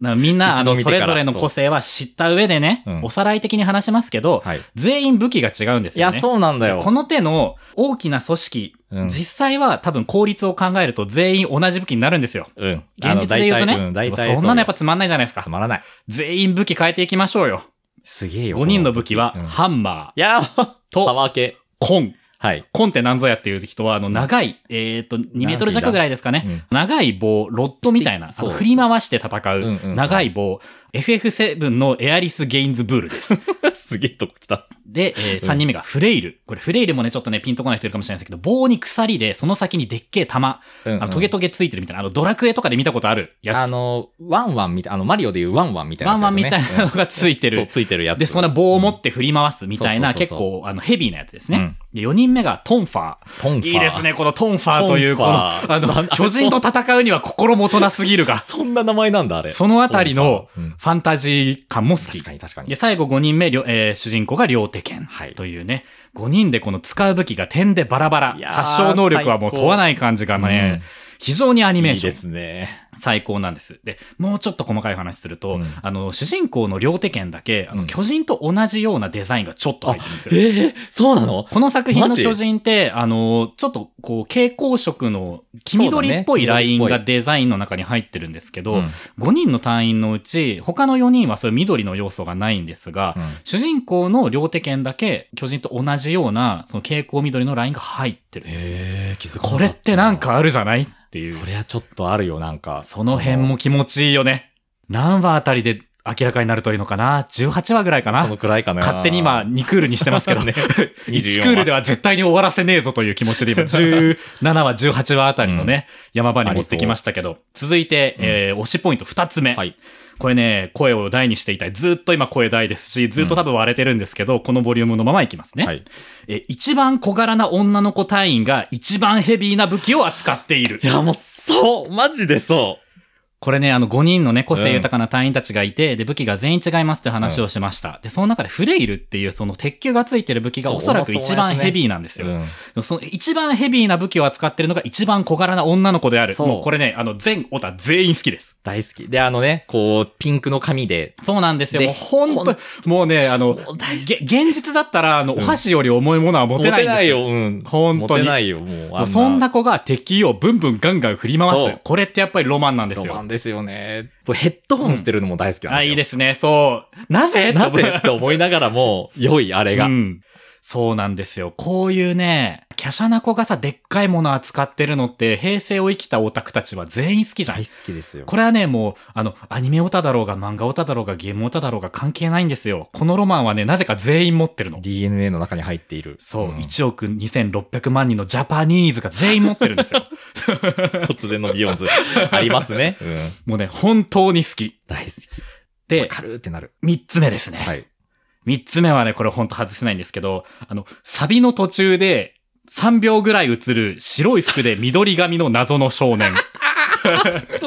だからみんな、あの、
一度見て
そ
から
れぞれの個性は知った上でね
そうう、ん
おさらい的に話しますけど、
はい。
全員武器が違うんです
い
よ
や、
ね。
そうなんだよ。
この手の大きな組織、
うん
実際は多分効率を考えると全員同じ武器になるんですよ。
うん。
現実で言うとね、
あの大体ん大体
そんなのやっぱ
うよ
つまんないじゃないです
つ
か。
まらない。
全員武器変えていきましょうよ。
すげえよ。
5人の武器は、
うん
ハンマー
い、や、もうパ
と、
ワー系。
コン。
はい。
コンってなんぞやっていう人は、あの、長い、えっと、2メートル弱ぐらいですかね。
うん
長い棒、ロッドみたいな、
ス
あ
ティック
の
そう
振り回して戦
うんう
う、
ん
長い棒、FF7 のエアリス・ゲインズブール
<laughs>
です。
すげえとこ来た。
で、え
うん
3人目がフレイル。これフレイルもね、ちょっとね、ピンとこない人いるかもしれないですけど、棒に鎖で、その先にでっけえ玉、
うんうん
あのトゲトゲついてるみたいな、あの、ドラクエとかで見たことあるやつ。
あの、ワンワンみたい、あの、マリオでいうワンワンみたいな
ワ
や
ン
つ
ワン
ですね。
みたいなのがついて
うんそう、
る。
ついてるやつ。
で、そんな棒を持って振り回すみたいな、
うんそう
結
そうそう
構、あの、ヘビーなやつです
うん、
ね。で、4人目がトンファー。
トンファー
いいです。ね、このトンファーという、こ
ト
の、
ンフ
あ
ァー
の、巨人と戦うには心もとなすぎるが、
そんな名前なんだ、あれ。
そのあたりの
トンファーうん
ファンタジー感も好き
確。かに確か
で、
に。
最後5人目、りょえー主人公が両手剣
はい
というね、5人でこの使う武器が点でバラバラ
い、やー
殺傷能力はもう問わない感じがね、非常にアニメ
い
ー
い
ション
ですね。
最高なんです。で、もうちょっと細かい話すると、
うん
あの、主人公の両手剣だけ、あの
うん
巨人と同じようなデザインがちょっと入ってるんですよ。
ええそうなの
この作品の
マジ
巨人って、あの、ちょっとこう、蛍光色の黄緑っぽい
そうだ
ラ
ね
イン
黄緑っぽい
がデザインの中に入ってるんですけど、
うん
5人の隊員のうち、他の4人はそういう緑の要素がないんですが、主人公の両手剣だけ巨人と同じような、その蛍光緑のラインが入ってるんです。
ええ気づかなか
これってなんかあるじゃないっていう。
そりゃちょっとあるよ、なんか。
その辺も気持ちいいよね。何話あたりで明らかになるといいのかな ?18 話ぐらいか
その、そ
な
のくらいかな。
勝手に今、2クールにしてますけど、ね、 <laughs> 1
24
クールでは絶対に終わらせねえぞという気持ちで今、17話、18話あたりのね、山場に持ってきましたけど、続いて、
うん
えー推しポイント2つ目。
はい
これね、声を大にしていたい。ずっと今声大ですし、ずっと多分割れてるんですけど、このボリュームのままいきますね。
はい。
えー一番小柄な女の子隊員が一番ヘビーな武器を扱っている
い。や、もう、そうマジでそ
これね、あの5人のね、個性豊かな隊員たちがいて、で、武器が全員違いますって話をしました。で、その中でフレイルっていうその鉄球がついてる武器が
そう
おそらく
重
一
そうなやつ
番
ね
ヘビーなんです
う
よ。
ん。
でもその一番ヘビーな武器を扱ってるのが一番小柄な女の子である。
そう
もうこれね、あの全オタ全員好きです。
大好き。で、あのね、こう、ピンクの髪で。
そうなんですよ。
で
もう本
ほ
当もうね、あの、
もう大好き
げ現実だったら、あの、お
ん
箸より重いものは持てないんですよ。
よ。うん。
本当に
モテないよ、もう。あ
そんな子が敵をブンブンガンガン振り回
そ
す
う。
これってやっぱりロマンなんです
ロマ
よ
ン。ですよね。僕ヘッドホンしてるのも大好きなんですよ。
あ、いいですね。そう。なぜ
なぜって思いながらも、良いあれが。
うん。そうなんですよ。こういうね、華奢な子がさ、でっかいもの扱ってるのって、平成を生きたオタクたちは全員好きじゃん
大。好きですよ。
これはね、もう、あの、アニメオタだろうが、漫画オタだろうが、ゲームオタだろうが関係ないんですよ。このロマンはね、なぜか全員持ってるの。
DNA の中に入っている。
そう、
ん
1億2600万人のジャパニーズが全員持ってるんです
<laughs>
よ。
突然のビヨンズ。 <laughs> ありますね。うん。
もうね、本当に好き。
大好き。
で、
カルーってなる。
3つ目ですね。
はい。
三つ目はね、これほんと外せないんですけど、あの、サビの途中で3秒ぐらい映る白い服で緑髪の謎の少
<laughs>
年。
わかる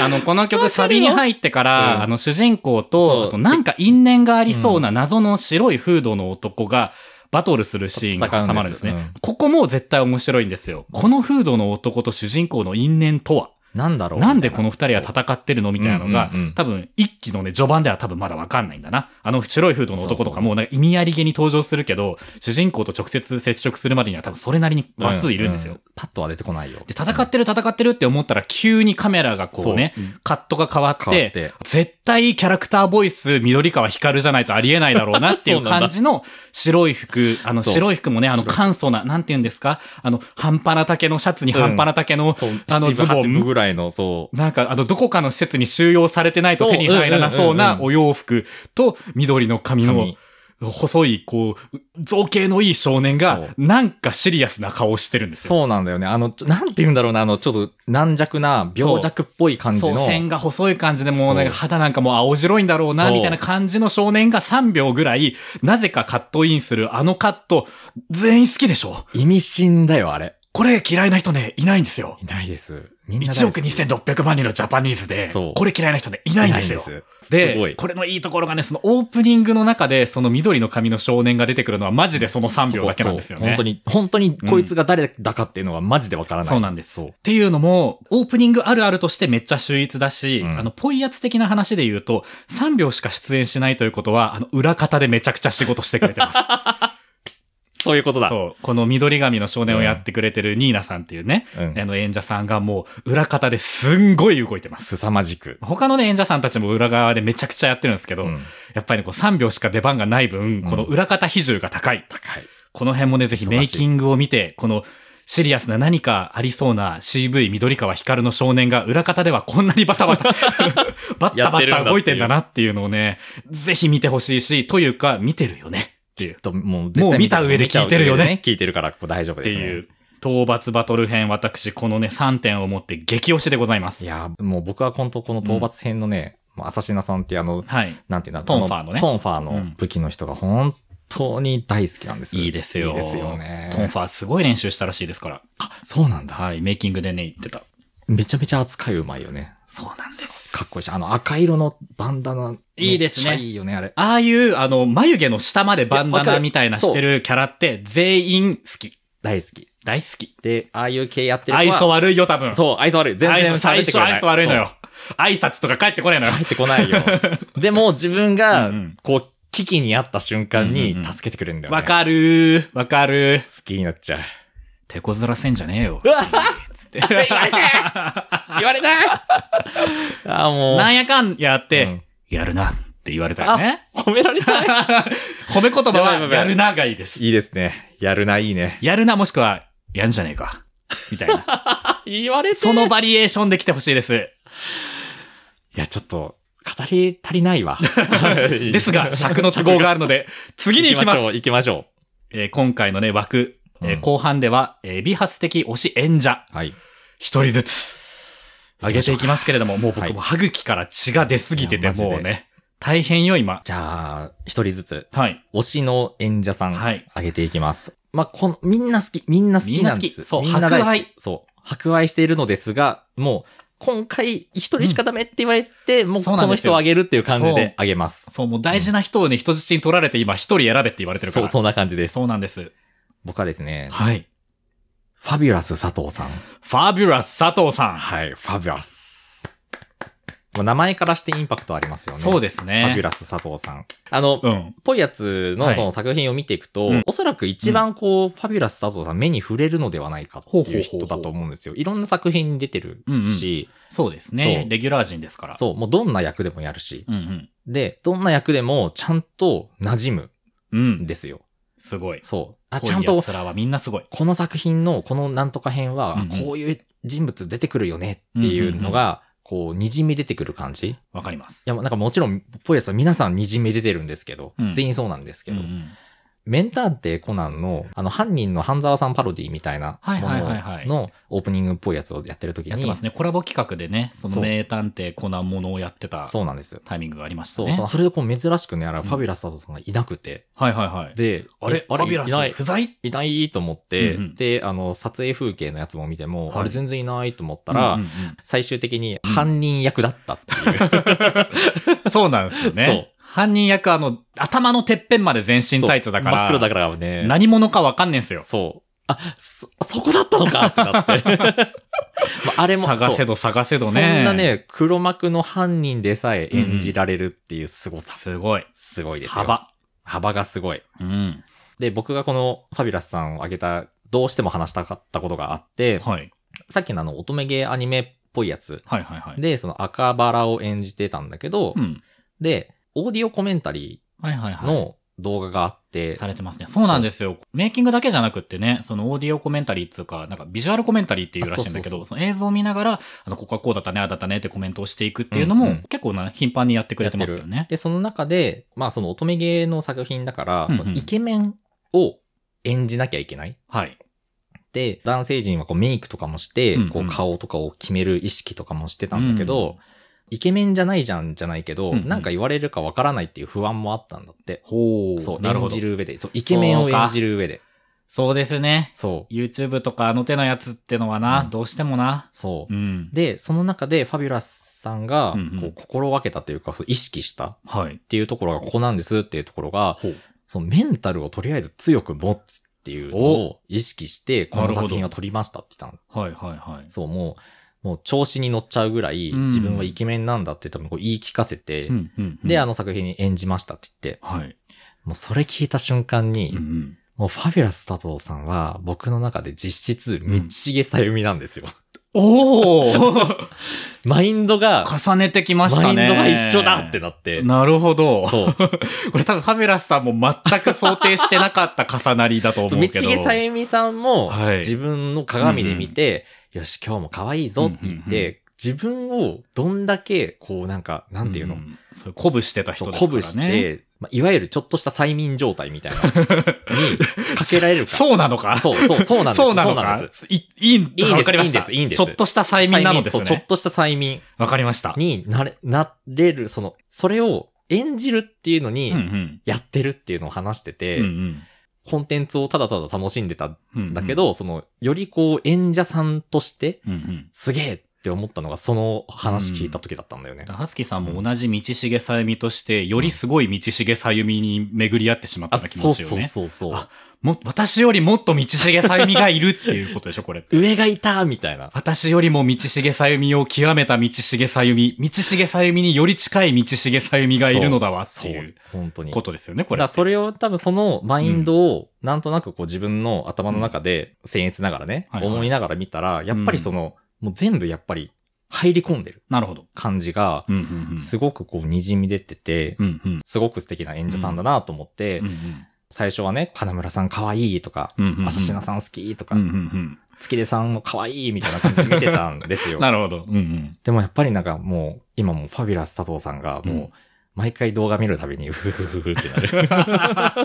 あの、この曲
わかるよ
サビに入ってから、
うん
あの、主人公
そう
と、あとなんか因縁がありそうな謎の白いフードの男がバトルするシーンが挟まるんですね。ここも絶対面白いんですよ。このフードの男と主人公の因縁とは
なんだろう
なんでこの二人は戦ってるのみたいなのが、
うんうんうん
多分一期のね、序盤では多分まだわかんないんだな。あの白いフードの男とかもなんか意味ありげに登場するけど、主人公と直接接触するまでには多分それなりに話数いるんですよ。
うパッとは出てこないよ。
で、戦ってる戦ってるって思ったら急にカメラがこうね、カットが変わって、
変わって
絶対キャラクターボイス緑川光じゃないとありえないだろうなってい
<laughs> そううなんだ
感じの白い服、あの
そう
白い服もね、あの
白い
簡素な、なんて言うんですか、あの半端な丈のシャツに半端な丈の、
そう、
あ
あ
の
の、
ズボン
8分ぐらいの、そう。
なんか、あの、どこかの施設に収容されてないと
そう
手に入らなそう
うん
な
うんうん
お洋服と、緑の髪の
髪
細い、こう、造形のいい少年が
そ、
なんかシリアスな顔をしてるんですよ。
そうなんだよね。あの、ちょなんて言うんだろうな、あの、ちょっと軟弱な、病弱っぽい感じ
そう
の。
線が細い感じでもうなんか
そう
肌なんかもう青白いんだろうな
そう
みたいな感じの少年が3秒ぐらいなぜかカットインするあのカット全員好きでしょ
意味深だよ、あれ。
これ嫌いな人ねいないんですよ
いないです。みんな大好き
1億2600万人のジャパニーズで
そう
これ嫌いな人ねいないんですよ
いないんです
です
ごい
これのいいところがね、そのオープニングの中で、その緑の髪の少年が出てくるのは、マジでその3秒だけなんですよね。
そうそう本当に、本当にこいつが誰だかっていうのはマジでわからない。
そうなんです。
そう
っていうのも、オープニングあるあるとしてめっちゃ秀逸だし、
うん
あの、ポイアツ的な話で言うと、3秒しか出演しないということは、あの、裏方でめちゃくちゃ仕事してくれて
<laughs>
ます。
そういうことだ。
そう。この緑髪の少年をやってくれてるニーナさんっていうね、
うん
あの、演者さんがもう、裏方ですんごい動いてます。
すさまじく。
他のね、演者さんたちも裏側でめちゃくちゃやってるんですけど、
うん
やっぱりね、こう3秒しか出番がない分、この裏方比重が高い。
高い。
この辺もね、ぜひ
忙しい
メイキングを見て、このシリアスな何かありそうな CV 緑川光の少年が裏方ではこんなにバタバタ、バッタバッタ動いてんだなっていうのをね、ぜひ見てほしいし、というか見てるよねっていう。
ともう絶対
もう見た上で聞いてるよね。
聞いてるから、大丈夫
っ
で
て
す、ね。
いう。討伐バトル編、私、このね、3点を持って激推しでございま
い
す。
や、もう僕は本当この討伐編のね、もうアサシナさんっていうあの、
はい。
なんていうんだ
トンファーのね
あトンファー
う
の
ん
武器の人が本当に大好きなんです。
いいですよ。
いいですよね。
トンファーすごい練習したらしいですから。
そうなんだ。
はい、メイキングでね、言ってた。
めちゃめちゃ扱いうまいよね。
そうなんです
かっこいいし、あの赤色のバンダナ。
いいですね
めっちゃいいよね、あれ。
ああいう、あの、眉毛の下までバンダ
いやわか
ナ
る
みたいなしてるキャラって全員好き。
大好き。
大好き。
で、ああいう系やってる子
愛想
は。
悪いよ、多分。う。
そう、愛想悪い。全
愛
然
想最
喋っ
初
てくれない
愛想悪いのよ。挨拶とか返ってこないの
そう
よ。
入ってこな
<laughs>
いよ。でも自分が
うんうん、
こう、危機にあった瞬間
う
に
んうんうん
助けてくれるんだよね。
わかるー。わかるー。
好きになっちゃう。
手こずらせんじゃねえよ。つって。
<laughs> 言われたああ、も
<laughs>
う。
なんやかんやって、
うん
やるなって言われたよね。
褒められた
<laughs> 褒め言葉は、
やばいやばいやばい
やるながいいです。
<laughs> いいですね。やるな、いいね。
やるなもしくは、やんじゃねえか。みたい
<laughs>
な。
言われ
そのバリエーションで来てほしいです。
いや、ちょっと、語り足り <laughs> ないわ。で
です
<laughs>
が、尺の都合があるので、次に行きます。
行きましょ
えー今回のね、枠、えー
うん
後半では、えー美発的推し演者、
う。はい。
一人ずつ、上げていきますけれども、もう僕
はい
も歯茎から血が出すぎて
い
て、
やマジで
もうね、大変よ、今。
じゃあ、一人ずつ、
はい。
推しの演者さん、
はい
あげていきます。まあ、この、みんな好き、みんな好きなんです。
みんな好きそう
みんな大
博愛
好きそう。博愛しているのですが、もう、今回一人しかダメって言われて、もうこの人をあげるっていう感じであげます。
そう、もう大事な人をね、人質に取られて今一人選べって言われてるか
そう、
ら。
そんな感じです。
そうなんです。
僕はですね、
はい。
ファビュラス佐藤さん。
ファビュラス佐藤さん。
はい、ファビュラス。もう名前からしてインパクトありますよね。
そうです
ファビュ
ね。
ラス佐藤さん。あの、
うん。
ぽいやつ
は
の
い
その作品を見ていくと、
うん
おそらく一番こう、ファビュラス佐藤さん目に触れるのではないかって
ほうほうほ
いうう人だと思うんですよ。いろんな作品に出てるし、
そうです
そ
ね。
う
レギュラー陣ですから。
そう、もうどんな役でもやるし、
う。うん
で、どんな役でもちゃんと馴
う
染
ん。う
むん
ん。
ですよ。
すごい。
そう。あ、
あ、
ち
ち
ゃ
ゃ
ん
んと。
と、
奴らはみんなすごい。
この作品のこのなんとか編は、
うんうん
こういう人物出てくるよねっていうのが、こう、にじみ出てくる感じ。い
わかります。
や、なんかもちろん、ぽいやつは皆さんにじみ出てるんですけど、
うん
全員そうなんですけど、
うんうん
メンターってコナンの、あの、犯人の半沢さんパロディみたいなも
はいはいはいはい
ののオープニングっぽいやつをやってる時
やって
に
ます、ね。コラボ企画でね、そ
そ
の
う
名探偵コナンものをやってた
そうなんですよ。
タイミングがありました
そう、
ね。
そのそれでこう珍しくね、あら
ん
ファビュラス佐藤さんがいなくて、
はいはいはい。
で、
あれ
あ
あ
れ
れビラ
いない
ス不在
いないと思って、
うんうん
で、あの、撮影風景のやつも見ても、
はい
あれ全然いないと思ったら、
うんうんう
最終的に
うん
犯人役だったって
<laughs>
い
ん <laughs>
う。
そうなんですよね。
そう
犯人役、あの、頭のてっぺんまで全身タイツ
<laughs>
だか
真っ
ら、
黒だからね。
何者かわかんねえんすよ。
そう。あ、そ、そこだったのかってな
<laughs>
って。まああれも、
探せ
ど
ど探せどね。
そんなね、黒幕の犯人でさえ演じられるっていう凄さ。
すごい。
すごいですよ。。
幅。
幅がすごい。
うん。
で、僕がこのファビュラスさんを挙げた、どうしても話したかったことがあって、
はい。
さっきのあの、乙女ゲーアニメっぽいやつ
はいはいはい。
で、その赤バラを演じてたんだけど、
うん。
で、オーディオコメンタリ
はいはい
ー
はい。
の動画があって、
されてますね。そうなんですよ。メイキングだけじゃなくってね、そのオーディオコメンタリーっていうか、なんかビジュアルコメンタリーっていうらしいんだけど、
あそうそうそう
その映像を見ながら、あの、ここはこうだったね、ああだったねってコメントをしていくっていうのも、
うんうん
結構な、頻繁にやってくれてますよね。
で、その中で、まあその乙女芸の作品だから、
うんうん
そのイケメンを演じなきゃいけない。
はい。
で、男性陣はこうメイクとかもして、
うんうん
こう顔とかを決める意識とかもしてたんだけど、イケメンじゃないじゃんじゃないけど、
うんうん
なんか言われるかわからないっていう不安もあったんだって。
ほう。
そう、
なる
演
ほど
じ。る上で。そう、イケメンを演じる上で。
そうですね。
そう、
YouTube とかあの手のやつってのはな、
うん
どうしてもな。
そう
う。ん。
で、その中でファビュラスさんが
うんうん
こう心分けたというか、そう意識したっ
はい。
ていうところがここなんですっていうところが、
ほう。
そのメンタルをとりあえず強く持つっていうのを意識して、この作品を撮りましたって言ったの。
はいはいはい。
そう、もう、もう調子に乗っちゃうぐらい、
うん
自分はイケメンなんだって多分こう言い聞かせて、
んうん
で、あ、の作品に演じましたって言って、
はい。
もうそれ聞いた瞬間に、
ん。
もうファビュラス佐藤さんは僕の中で実質、道重さゆみなんですよ。
おお
マインドが、
<laughs> 重ねてきまし
マ
た
イン
ね。
ドが一緒だってなって。
なるほど。 <laughs>
そう。
これ多分ファビュラスさんも全く想定してなかった重なりだと思
そう
う
道
けど。
重さゆみさんも、
はい
自分の鏡で見て、よし、今日も可愛いぞって言って、
うんうんう
自分をどんだけ、こうなんか、なんていうの、
んそう鼓舞してた人
そう
ですか
鼓
ら
舞
ね。
して、まあ、いわゆるちょっとした催眠状態みたいな、にかけられる
<laughs>
か。
そうなのか
そうそう、そうなんです。
そうなのか
です。
いいいん
いいんです
わかりました
いいんですいいんです
ちょっとした催眠なのです
そう、ちょっ
ね。
とした催眠
わかりました。
になれ、なれる、その、それを演じるっていう
う
の
んう
に、
ん。
やってるっていうのを話して
う
て、
んうん
コンテンツをただただ楽しんでた
うんうん
だけ、ど、その、よりこう、演者さんとして、
うんうん。
すげえって思ったのが、その話聞いた時だったんだよね。
ハスキーさんも同じ道重さゆみとして、よりすごい道重さゆみに巡り合ってしまった
あ、
ような気
そ
持
う
ちよ
そう
ね。
そうそう。
あも、私よりもっと道重さゆみがいるっていうことでしょ、これ。
上がいたみたいな。
私よりも道重さゆみを極めた道重さゆみ、道重さゆみにより近い道重さゆみがいるのだわって
そ
いう
う、本当に。
ことですよね、こ
だか
れ
ら。それを多分そのマインドをなんとなくこう自分の頭の中で僭越ながらね、
はいはい
思いながら見たら、やっぱりその、もう全部やっぱり入り込んでる
なるほど。
感じが、
うんうんうん。
すごくこう滲み出てて、
うんうん。
すごく素敵な演者さんだなと思って、最初はね、金村さん可愛いとか、
うんうん。
朝シナ
ん
さん好きとか、
うんうん
月出さんも可愛いみたいな感じで見てたんです
<laughs> う
よ
ん。。なるほど。うん
<laughs>
うん。
でもやっぱりなんかもう、今もうファビュラス佐藤さんが
う、
もうん毎回動画見るたびに、 <laughs> ふふふふってなる。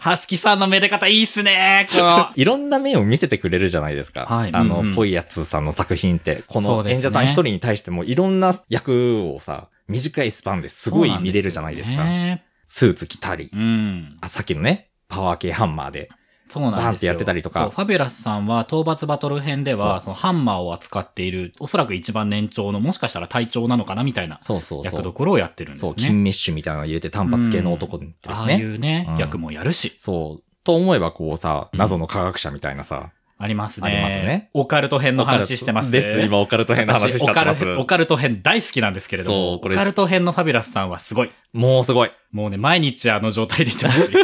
ハスキーさんのめで方いいっすねこの。
<laughs> いろんな面を見せてくれるじゃないですか。
はい
あの、
うんうん
ぽいやつさんの作品って、こ
そ
の
うです
演
ね
者さん一人に対してもいろんな役をさ、短いスパンですごい見れるじゃないですか。
そうなんですよね
スーツ着たり
う、ん。
あ、さっきのね、パワー系ハンマーで
そう
バ
な
ー
んで
ンって
す
や
よ。
ってたりとか
そうファビュラスさんは討伐バトル編では、そのハンマーを扱っている、おそらく一番年長の、もしかしたら隊長なのかなみたいな
そうそうそ
役ど
う。
ころをやってるんです
そう、
ね。
金メッシュみたいなの入れて単発系の男です
ああ
ね。
いうね、
うん
役もやるし、
そう。と思えばこうさ、
うん
謎の科学者みたいなさ。
ありますね。
ありますね
オカルト編の話してます。
です、今オカルト編の話し
私オ
ちゃって
カ
ま
ル
す。
オカルト編大好きなんですけれど
そ
も、
う
オ
これ
カルト編のファビュラスさんはすごい。
もうすごい。
もうね、毎日あの状態で言って
<laughs>
ますし。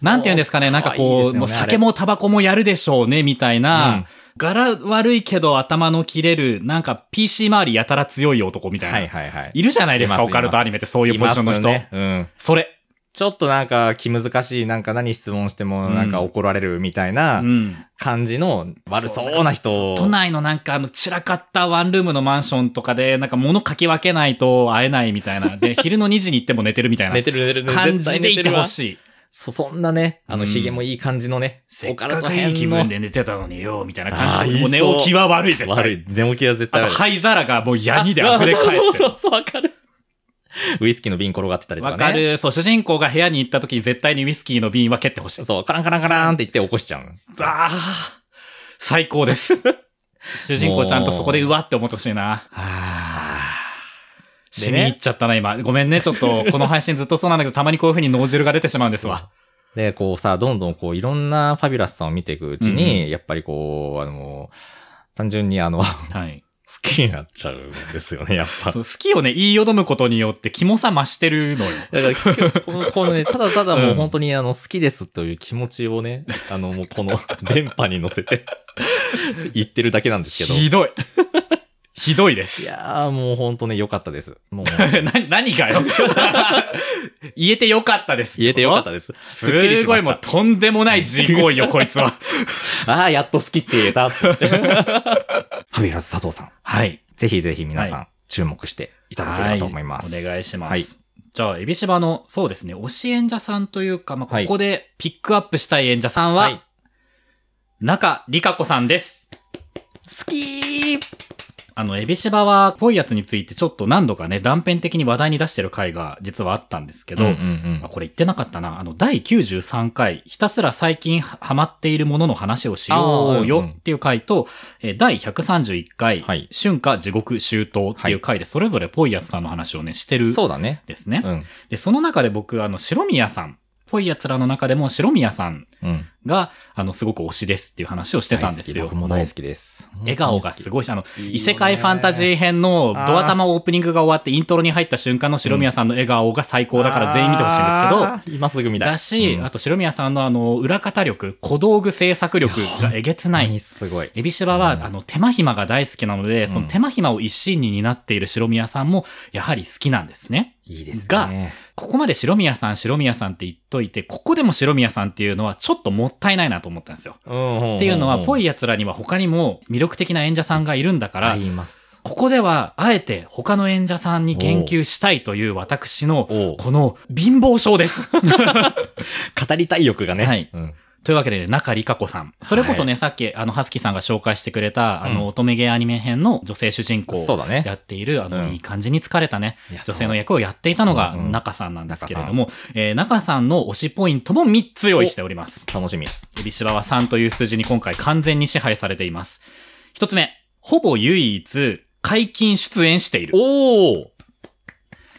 なんて言うんですかね、なんかこう、
可愛いですよね
もう
あれ
酒もタバコもやるでしょうね、みたいな、
うん
柄悪いけど頭の切れる、なんか PC 周りやたら強い男みたいな。
はい
い
はいはい。
るじゃないです
いま
か、
す
オカルトアニメってそういうポジションの人。
いますねうん。
それ。
ちょっとなんか気難しい、なんか何質問してもなんか怒られるみたいな
うん
感じの悪そうな人。
都内のなんかあの散らかったワンルームのマンションとかでなんか物かき分けないと会えないみたいな。
<laughs>
で、昼の2時に行っても寝てるみたい
寝
な
てる寝てる。
感じでいてほ
い。
しい。
そ、そんなね、あの、
うん
ヒゲもいい感じのね、
せっ
オカ
か
ルト
くいい
編
気
の
分で寝てたのによ、みたいな感
あー
じ
言
で。
い
も
そうう
寝起きは悪い絶対。
悪い。寝起きは絶
あ
対
と、
悪い。
灰皿がもうヤニで
<laughs> あ
溢れ返
そ
っ
う
て
そ
る。
うそうそう、わかる。ウイスキーの瓶転がってたりとか
わ
ね。
かる。そう、主人公が部屋に行った時に絶対にウイスキーの瓶は蹴ってほしい。
そう、カランカランカランって言って起こしちゃうの。
ああ、最高
<laughs>
です。主人公ちゃんとそこでうわって思ってほしいな。
で
染み
ね
入っちゃったな、今。ごめんね、ちょっと、この配信ずっとそうなんだけど、たまにこういう風に脳汁が出てしまうんです
<laughs>
わ。
で、こうさ、どんどんこう、いろんなファビュラスさんを見ていくうちに、やっぱりこう、あの、単純にあの、好 <laughs>
はい。
きになっちゃうんですよね、やっぱ
そ。う好きをね、言いよどむことによって、キモさ増してるのよ。
だから結局、この、このね、ただただも
う
うん本当にあの、好きですという気持ちをね、あの、もうこの電波に乗せて言ってるだけなんですけど。
ひ
<laughs>
どい。ひどいです。
いやー、もう本当ね、良かったです。もう、
<laughs> な何がよ <laughs> 言えてよかったです。
言えて良かったです。
す
すっきりし
ご
ま
い
し
もう
た。
とんでもない自行為よ、こいつは。
<laughs> ああ、やっと好きって言えた <laughs> って。ハビラス佐藤さん、
はい。
ぜひぜひ皆さ
は
ん、注目していただければと思います。
はいお願いします。
はい
じゃあ、エビシバの、そうですね、推し演者さんというか、まあ、
はい
ここでピックアップしたい演者さんは、
はい
中里香子さんです。
好きー
あの、エビシバは、ぽいやつについてちょっと何度かね、断片的に話題に出してる回が実はあったんですけ
け
ど、
ど、
あこれ言ってなかったな。あの、第93回、ひたすら最近はハマっているものの話をしよう
あーうん
よ
うん
っていう回と、えー第131回、
はい
春夏地獄周到っていう回で、それぞれぽいやつさんの話をね、してるん
そうだね。
ですね。
うん。
で、その中で僕、あの、白宮さん、ぽいやつらの中でも白宮さん
うん。
が、あの、すごく推しですっていう話をしてたんです
大好
よ
き僕。も大好きです。
笑顔がす
い。
ごいし、あの、
いいよね
異世界ファンタジー編のドア玉オープニングが終わってイントロに入った瞬間の白宮さんの笑顔が最高だから全員見てほしいんですけど、
けど、今すぐ見たい。
だし、
うん
あと白宮さんのあの、裏方力、小道具制作力がえげつな
本当に
い。
すごい。
エビシバは、
うん
あの、手間暇が大好きなので、
うん
その手間暇を一心に担っている白宮さんも、やはり好きなんですね。
いいですね。
がここまで白宮さん、白宮さんって言っといて、ここでも白宮さんっていうのはちょっともったいないなと思ったんですよ。
っ
っていうのは、ぽ
い
い奴らには他にも魅力的な演者さんがいるんだから、
います。
ここでは、あえて他の演者さんに言及したいという私の、
お
この貧乏症です。 <laughs>
語りたい欲がね。
はい
うん
というわけでね、中里香子さん。それこそね、さっき、あの、はすきさんが紹介してくれた、あ
うん
の、乙女ゲーアニメ編の女性主人公
そうだね。
やっている、あの、
うん
いい感じに疲れたね、
いや
女性の役をやっていたのが、
うんうん
中さんなんですけれども、えー中さんの推しポイントも3つ用意しております。
楽しみ。
エビシバは3という数字に今回完全に支配されています。1つ目、ほぼ唯一、解禁出演している。
おお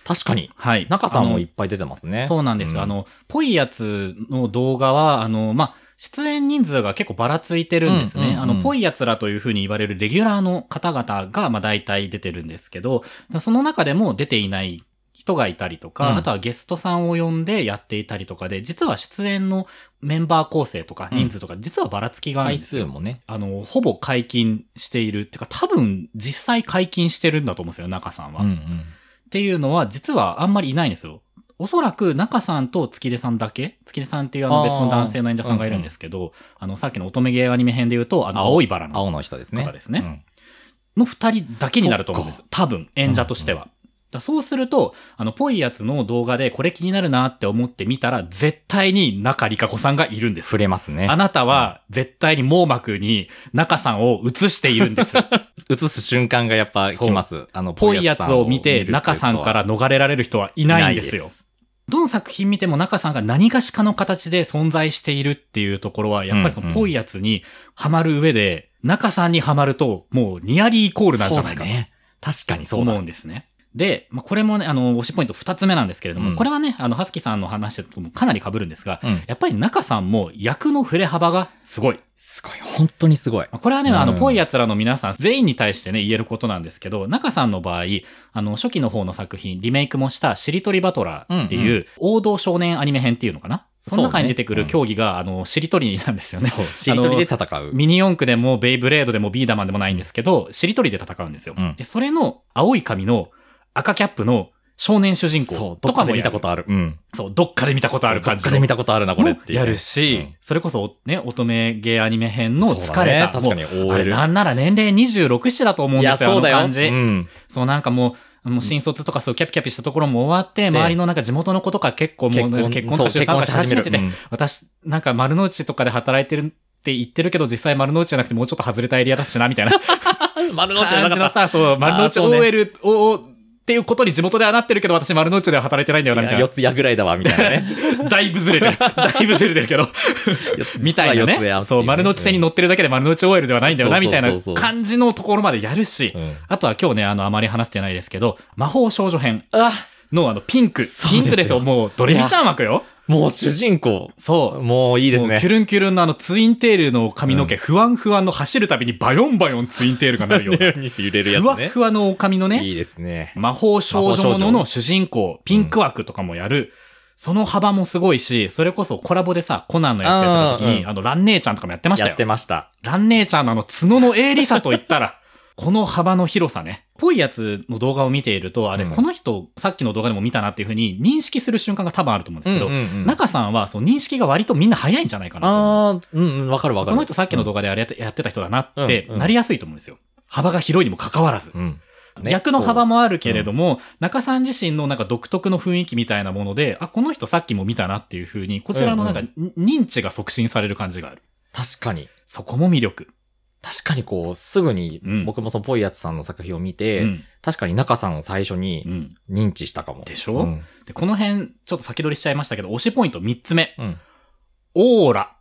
確かに。
はい。
中さんもい
あ
っ
の
ぱい出てますね。
そうなんです。あ、の、ぽいやつの動画は、あの、まあ、出演人数が結構ばらついてるんですね。
うんうんうん
あの、ぽいやつらというふうに言われるレギュラーの方々が、まあ、大体出てるんですけど、その中でも出ていない人がいたりとか、
うん
あとはゲストさんを呼んでやっていたりとかで、実は出演のメンバー構成とか
うん
人数とか、実はばらつきがあるん
回
です
数
よ。
もね。
あの、ほぼ解禁している。ってか、多分、実際解禁してるんだと思うんですよ、中さんは。
ん。
っていうのは、実はあんまりいないんですよ。おそらく、中さんと月出さんだけ月出さんっていうあの
あー
別の男性の演者さんがいるんですけど、あの、さっきの乙女芸アニメ編で言うと、あの、
青
青いバラの
青の人ですね。
方ですね。の二人だけになると思うんです
そ。
多分、演者としては。だからそうすると、あの、ぽいやつの動画でこれ気になるなって思って見たら、絶対に中里香子さんがいるんです。
触れますね
あ。なたは絶対に網膜に中さんを映しているん <laughs> です。
映す瞬間がやっぱ来ます。あの、
ぽいやつを見て中さんからら逃れられる人はいないんですよ。どの作品見ても中さんが何がしかの形で存在しているっていうところは、やっぱりそのぽいやつにはまる上で、中さんにはまると、もうニアリーイコールなんじゃないか
そう
と
だね。確かにそうだ。
思うんですね。で、まあ、これもね、あの、推しポイント2つ目なんですけれども、
うん
これはね、あの、はすきさんの話ともかなり被るんですが、
うん
やっぱり中さんも役の触れ幅がすごい。
すごい、本当にすごい。
まあこれはね、
うん
あの、ぽい奴らの皆さん全員に対してね、言えることなんですけど、中さんの場合、あの、初期の方の作品、リメイクもした、しりとりバトラーって
うん
いう、王道少年アニメ編っていうのかなその中に出てく
そう
る
ね
競技が、あの、しりとりなんですよね。
そう、しりとりで戦う。
ミニ四駆でもベイブレードでもビーダマンでもないんですけど、しりとりで戦うんですよ。
うん
でそれの青い髪の赤キャップの少年主人
そ
公
う、ど
と
っか
か
で
も
見
や
た
る
ことある。うん。
そう、どっかで見たことある感じ
どっ
の
かで見たことあるな、これっていうね。
やるし、
うん
それこそ、ね、乙女ゲーアニメ編の
そう
疲
だ
れ
ね
た、
確か
も
に
うあれ
OL。
なんなら年齢26、7だと思うん
い
で
や、
すよ、
そうだよ。
あの感じ。
うん。
そう、なんかもう、もう新卒とかそうキャピキャピしたところも終わって、
で
周りのなんか地元の子とか結構もうなんか結婚
そう
とか出産とかし始めてて、
うん
私、なんか丸の内とかで働いてるって言ってるけど、実際丸の内じゃなくてもうちょっと外れたエリアだしな、みたいな
<laughs>
<laughs>
丸の内じゃ
感
な
じ
か
の
った。
さ、そう、丸の内
そうね
OL を、っていうことに地元ではなってるけど、私丸の内では働いてないんだよな、みたい <laughs>
四つ矢ぐらいだわ、みたいなね。
な。だいぶずれて
<laughs>
る。だいぶずれてるけど。みたいな
実は四つ矢って
ね。
い
そう、丸の内線に乗ってるだけで丸の内 OL ではないんだよ
う
な、
ん
みたい
そう
な
そうそうそう
感じのところまでやるし
う。ん
あとは今日ね、あの、あまり話してないですけど、魔法少女編
あ
のあの、ピンク。
そうです
ピ
よ
ンクですよ。もう、ドレミちゃん枠よ。
もう主人公。
そう。
もういいです
もう
ね
キュ。ルンキュルンのあのツインテールの髪の毛、不安不安の走るたびにバヨンバヨンツインテール
<laughs>
がなるような。
に揺れる
<laughs>
や
ふわ
つね。
ふわのお髪のね、
いいですね。
魔法少女もの
魔
の主人公、ピンク枠とかもやる。その幅もすごいし、それこそコラボでさ、コナンのやつやってた時
あーう
に、
ん
あの、ラン姉ちゃんとかもやってました
や
よ
って。ました。
ラン姉ちゃんのあの角の鋭利さといったら、 <laughs> この幅の広さね。ぽいやつの動画を見ていると、あれ、
うん
この人、さっきの動画でも見たなっていうふうに認識する瞬間が多分あると思うんですけど、
うんうんうん
中さんはその認識が割とみんな早いんじゃないかなと思う。
ああ、うんうん、わかるわか
こ
る。
の人さっきの動画であれやってやってた人だなって
うんうん
なりやすいと思うんですよ。幅が広いにもかかわらず。
うん。ね
役の幅もあるけれども、中さん自身のなんか独特の雰囲気みたいなもので、あ、この人さっきも見たなっていうふうに、こちらのなんか
う
認知が促進される感じがある。
確かに。
そこも魅力。
確かにこう、すぐに
うん、
僕もそのぽいやつさんの作品を見て、
うん。
確かに中さんを最初
う
に
ん。
認知したかも。
でしょ
うん
で、この辺、ちょっと先取りしちゃいましたけど、推しポイント3つ目。
うん
オーラ。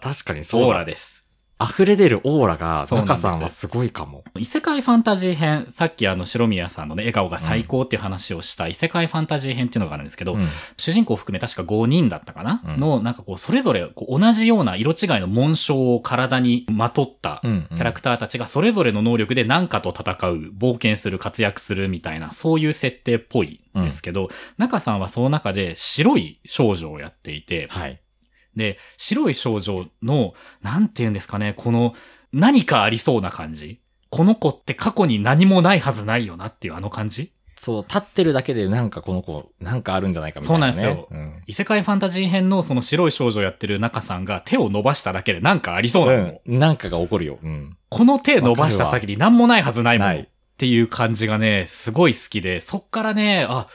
確かにそう
オー
だ
ラ。です。
溢れ出るオーラが
そうなんで
中
す
さんはすごいかも。
異世界ファンタジー編、さっきあの、白宮さんのね、笑顔が最高っていう話をした異世界ファンタジー編っていうのがあるんですけど、
うん
主人公を含め確か5人だったかな、
うん
の、なんかこう、それぞれこう同じような色違いの紋章を体にまとった
うん
キャラクターたちがそれぞれの能力で何かと戦う、冒険する、活躍するみたいな、そういう設定っぽいんですけど、中さんはその中で白い少女をやっていて、
はい。
で、白い少女の、なんて言うんですかね、この、何かありそうな感じ。この子って過去に何もないはずないよなっていうあの感じ
そう、立ってるだけでなんかこの子、なんかあるんじゃないかみたいな、ね。
そうなんですよ
うん
異世界ファンタジー編のその白い少女やってる中さんが手を伸ばしただけでなんかありそうなの、
うんなんかが起こるよ。うん。
この手伸ばした先に何もないはずないもん
な
っ
い。
ていう感じがね、すごい好きで、そっからね、あ、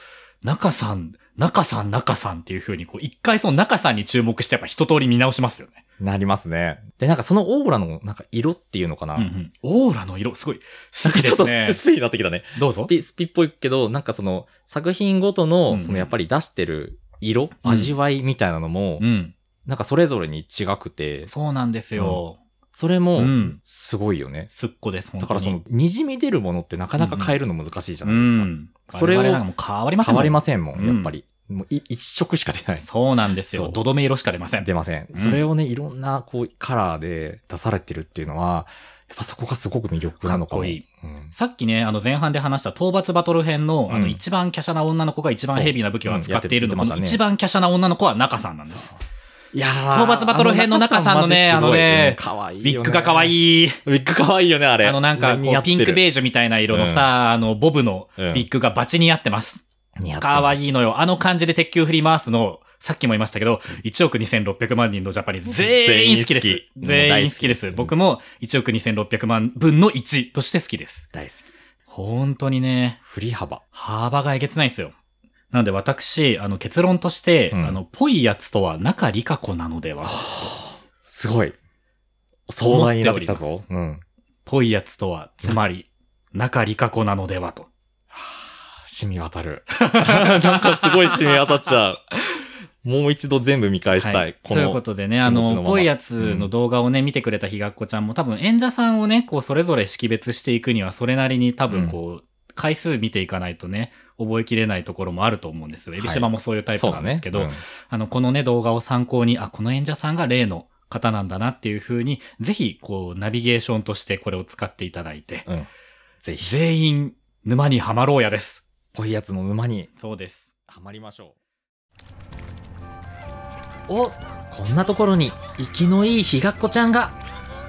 中さん、中さん、中さんっていう風に、こう、一回その中さんに注目してやっぱ一通り見直しますよね。
なりますね。で、なんかそのオーラの、なんか色っていうのかな。
うんうん。オーラの色、すごい、好き
<laughs> ち
で
ょ
す
っとス
ね
ピ。スピになってきたね。
どう
ス
ぞ。
ピ、スピっぽいけど、なんかその作品ごと
うん
の、そのやっぱり出してる色、
うん
味わいみたいなのも
う、ん。
なんかそれぞれに違くて、
そうなんですよ。
それ
う
も
ん。
すごいよね。
すっこです、本当
だ
に。
からその、滲み出るものってなかなか変えるの難しいじゃ
う
ないですか。
ん。
それを
我々はもう変わりませんも
変
ん
わりませんも、
うんん
やっぱり。もうい一色しか出ない。
そうなんです
そ
よ。
う
どどめ色しか出ません。
出ません。
うん
それをね、いろんなこうカラーで出されてるっていうのは、やっぱそこがすごく魅力なのか
かっ
も。
こいい
うん
さっきね、あの前半で話した討伐バトル編の、
うん
あの一番華奢な女の子が一番ヘビーな武器を扱っているの、
そう
こ
うんやってました
の
ね
一番華奢な女の子は中さんなんで
そ
す。
ういや
討伐バトル編の中さんのね
マジすごい
あのね
うん可愛い
ビッグが可
い。
愛い。
ビッグ可愛いよね、あれ。
あのなんかこう、ピンクベ
イ
ージュみたいな色のさ、あの、ボブの
うん
ビッグがバチに合ってます。
似合って
可愛
い。
いのよ。あの感じで鉄球振り回すの、さっきも言いましたけど、1億2600万人のジャパニーズ全員好きです。全
全
員
員
好
好
き
き
で。
ですうん
僕も1億2600万分の1として好きです。
大好き。
本当にね、
振り幅。
幅がえげつないですよ。なので私、あの結論として、
うん
あの、ぽいやつとは中理香子なのでは。
すごい。壮大になってきた
思っ
ぞ
て。
うん。
ぽいやつとは、つまり、中理香子なのではと。
染み
<laughs>
渡る。なんかすごい染み渡っちゃう。もう一度全部見返したい。
は
ことの
いうことでね、あ
気持ちのま
の、
ま
ぽいやつの動画をね、見てくれたひがっこちゃんも、多分演者さんをね、こう、それぞれ識別していくには、それなりに多分こう、回数見ていかないとね、覚えきれないところもあると思うんです。エビシバもそういうタイプなんですけど、
そうだね
あの、このね、動画を参考に、あ、この演者さんが例の方なんだなっていうふうに、ぜひ、こう、ナビゲーションとしてこれを使っていただいて、
うんうんぜひ、
全員、沼にはまろうやです。
ぽいやつの沼に
そうです。
はまりましょうおこんなところに生きのいいひがっこちゃんが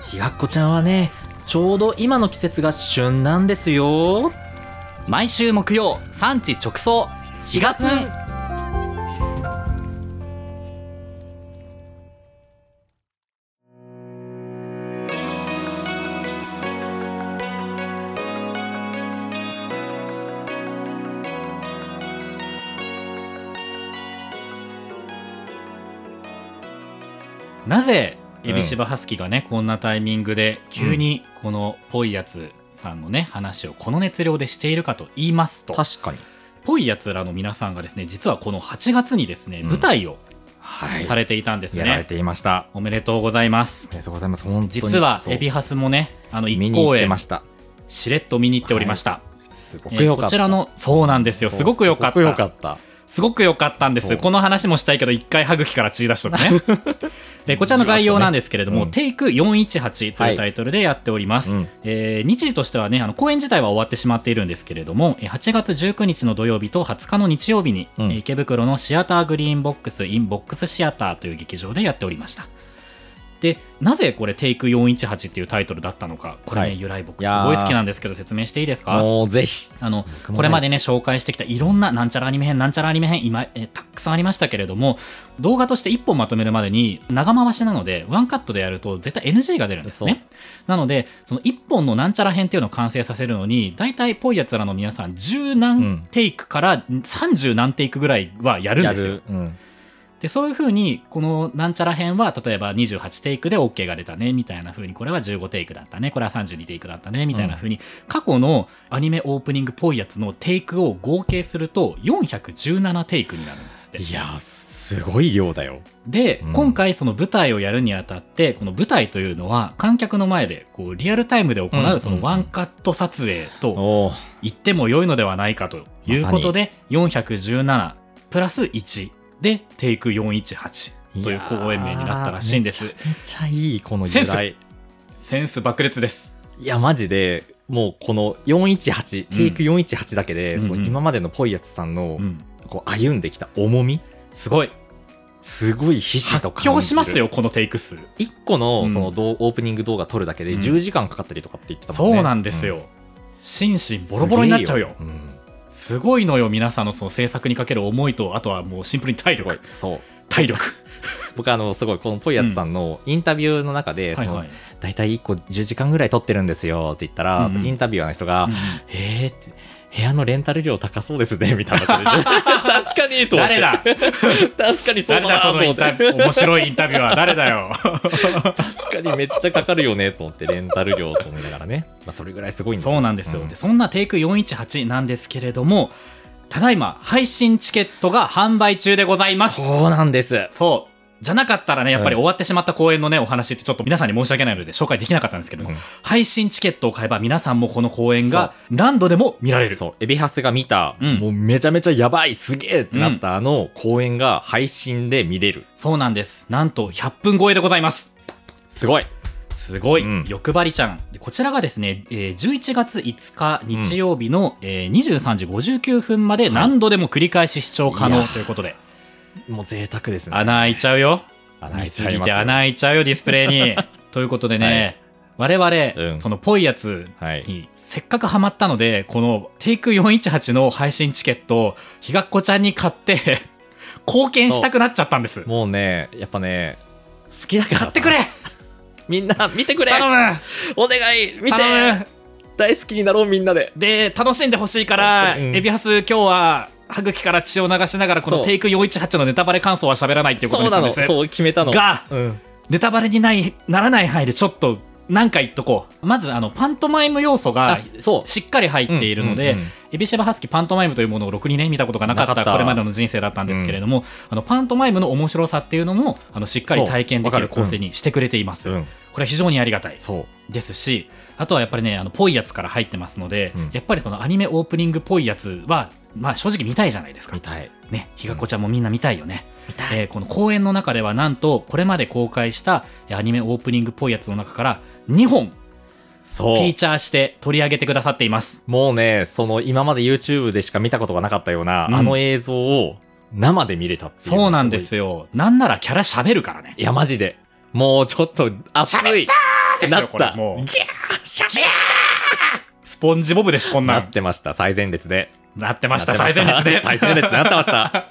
ひがっこちゃんはねちょうど今の季節が旬なんですよ
毎週木曜、産地直送、ひがぷんなぜ、エビシバハスキがね、こんなタイミングで、急にこのぽいやつさんのね、話をこの熱量でしているかと言いますと、
確かに
ぽいやつらの皆さんがですね、実はこの8月にですね、
うん
舞台を
は
されていたんです
やられ
ね。
ていました
おめでとうございます
あ。りがとうございます本当に
実は、
そう
エビハスもね、あの、
見
一
に行
公
って
演
ま、した
しれっと見に行っておりました。
すご
え
く
ー
よか
こ
った、
ちらの、そうなんですよ。
そう
すごく良かっ
すごくよ
た
か。った
すごく良かったんで
そ
す。
う
この話もしたいけど、一回歯茎から血出しとくね。
<laughs>
でこちらの概要なんですけれども、
うん
テイク418というタイトルでやっております。
うん
えー日時としてはね、あの公演自体は終わってしまっているんですけれども、えー8月19日の土曜日と20日の日曜日に、
うん
えー池袋のシアターグリーンボックス・インボックスシアターという劇場でやっておりました。で、なぜこれ、テイク418っていうタイトルだったのか、これね、
はい
由来僕す
いやー
ごい好きなんですけど、説明していいですか
もうぜひ
あの
僕も大好き
これまでね紹介してきたいろんななんちゃらアニメ編なんちゃらアニメ編今、えーたくさんありましたけれども動画として1本まとめるまでに長回しなのでワンカットでやると絶対 NG が出るんですねなのでその1本のなんちゃら編っていうのを完成させるのに大体ぽいやつらの皆さん10
うん
何テイクから30何テイクぐらいはやるん
や
ですよ
る、うん、
でそういうふうにこのなんちゃら編は例えば28テイクで OK が出たねみたいなふうにこれは15テイクだったねこれは32テイクだったねみたいなふうに、過去のアニメオープニングっぽいやつのテイクを合計すると417テイクになるんですって
いやーすごい量だよ
で、
うん
今回その舞台をやるにあたってこの舞台というのは観客の前でこうリアルタイムで行
う
うんそのワンカット撮影と
おお
言っても良いのではないかということで417プラス1でテイク418という公演名になったらしいんです。
めっちゃいいこの
セ
由
ンス
来
センス爆裂です。
いや、マジで、もうこの418、テイク418だけで、
うん
そ
うん
の
うん
今までのぽいやつさんの、
うん、
こう歩んできた重み、
すごい。
すごいひしと感じる。
発狂します。よ、このテイク数。
一個
う
の
ん
その動、オープニング動画撮るだけで
うん
10時間かかったりとかって言ってたもん
そ
ね。
うなんですよ。心身ボロボロになっちゃうよ。
うん。
すごいのよ、皆さんのその制作にかける思いと、あとはもうシンプルに体
すごい
力。。
そう。
体力。
僕あの、すごい、このぽいやつさんのインタビューの中で、そ
はい
の、
はい。
大体1個10時間ぐらい撮ってるんですよって言ったら、
うんうん
インタビュアーの人が、
うん
えーって、部屋のレンタル料高そうですね、みたいなこと言って <laughs> 確かにと思って。
誰だ
<laughs> 確かにそ
誰だ、
うだなと
そのイ
思っ
ンタ
て
ビュー面白いインタビュアー、誰だよ。
確かにめっちゃかかるよねと思ってレンタル料と思いながらね、まあ、それぐらいすごいんです
そうなんですよ、
うん
でそんなテイク418なんですけれども、ただいま、配信チケットが販売中でございます。
そうなんです
そう。じゃなかったらね、やっぱり
うん
終わってしまった公演のね、お話ってちょっと皆さんに申し訳ないので紹介できなかったんですけども、
うん
配信チケットを買えば皆さんもこの公演が何度でも見られる。
そうエビハスが見た、
うん
もうめちゃめちゃやばいすげえってなったあの公演が配信で見れる
そうなんです。なんと100分超えでございます。
すごい
すごい、
うん
欲張りちゃん。でこちらがですね、えー11月5日日曜日の、えー23時59分まで何度でも繰り返し視聴可
い
能
や
ということで、
もう贅沢ですね
穴開いちゃうよ。
穴開
見
い
す
ちゃい
ぎ
ます
て穴開いちゃうよ、ディスプレイ
<laughs>
に。ということでね、我々、
うん
そのぽいやつ
はい
にせっかくハマったので、このテイク418の配信チケットをひがっこちゃんに買って、 <laughs> 貢献したくなっちゃったんです。
もうねやっぱね好きだから
買ってくれ
みんな見てくれ
頼む
お願い見て
頼む
大好きになろうみんなで
で、楽しんでほしいから、
うん
エビハス今日は歯茎から血を流しながら、この
そう
テイク418のネタバレ感想は喋らないっていうこと
そう
にした
な
ん
の
です。
そう決めたの
が、
うん
ネタバレにないならない範囲でちょっと何か言っとこうまずあのパントマイム要素が
あそう
ししっかり入っているので、
うんうんうん
エビシバハスキパントマイムというものをろくにね見たことがなかっ
なかったた
これまでの人生だったんですけれども、あのパントマイムの面白さっていうのもあのしっかり体験でき
そう
る
わかる
構成にしてくれています、
うん、
これは非常にありがたい
そう。
ですしあとはやっぱりねあのぽいやつから入ってますので、
うん
やっぱりそのアニメオープニングっぽいやつはまあ正直見たいじゃないですか
見たい。
ねひがこちゃんもみんな見たいよね、えーこの公演の中ではなんとこれまで公開したえーアニメオープニングっぽいやつの中から2本フ
そう。
ィーチャーして取り上げてくださっています
もうね、その今まで YouTube でしか見たことがなかったような、
うん
あの映像を生で見れたっていうのが
そうなんですすよなんならキャラ喋るからね
ごい。いや、マジで。もうちょっと熱い。
ですよ
なっ
これ
た。
もう
ギャーしゃべ
スポンジボブですこんな
なんってました、最前列で。
なってました
なっ
最
て
前列で
最前列でなってました。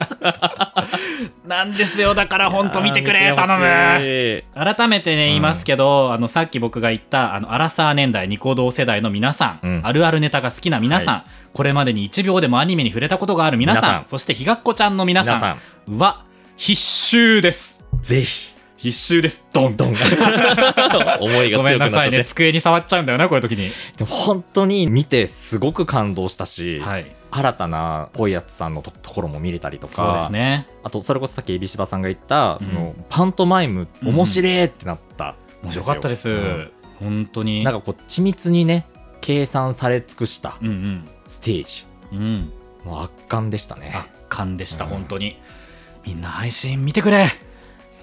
<laughs> なんですよだから本当見てく
い
れ
やー
頼む
見て
改めてね言いますけど、あのさっき僕が言ったあのアラサー年代ニコ動世代の皆さん、
うん
あるあるネタが好きな皆さん、これまでに1秒でもアニメに触れたことがある皆さん
皆さん
そしてひがっこちゃんの皆
ほしい
さ
皆
ん
さ
は必修です
ん、ぜひ。
必修ですド <laughs> ンドン
思いが
ごめん
強
な
くなっちゃっ
さ
て、
いね机に触っちゃうんだよなこういう時に
でも本当に見てすごく感動したし、
はい
新たなぽいやつさんのとところも見れたりと
そうで
か、
すね
あとそれこそさっき海老柴さんが言ったその、
う
パントマイム
うん
面白いってなった、
面白かったです、
うん
本当に
なんかこう緻密にね計算され尽くした
うん
ステージ、
うんうん
もう圧巻でしたね
圧巻でした、
うん
本当にみんな配信見てくれ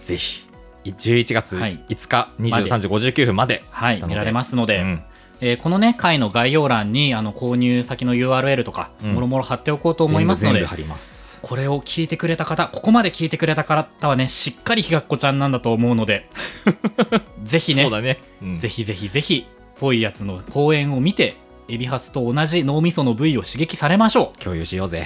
ぜひ11月
はい
5日
まで
23時59分まで、
はい
なので
見られますので、
うん
えーこのね回の概要欄にあの購入先の URL とか、
うん
もろもろ貼っておこうと思いますの
全部全
で
部貼ります
これを聞いてくれた方ここまで聞いてくれた方はねしっかりひがっこちゃんなんだと思うの
<laughs>
でぜひ
そ
ね
うだね、うん
ぜひぜひぜひぽいやつの公演を見てエビハスと同じ脳みその部位を刺激されましょう
共有しようぜ、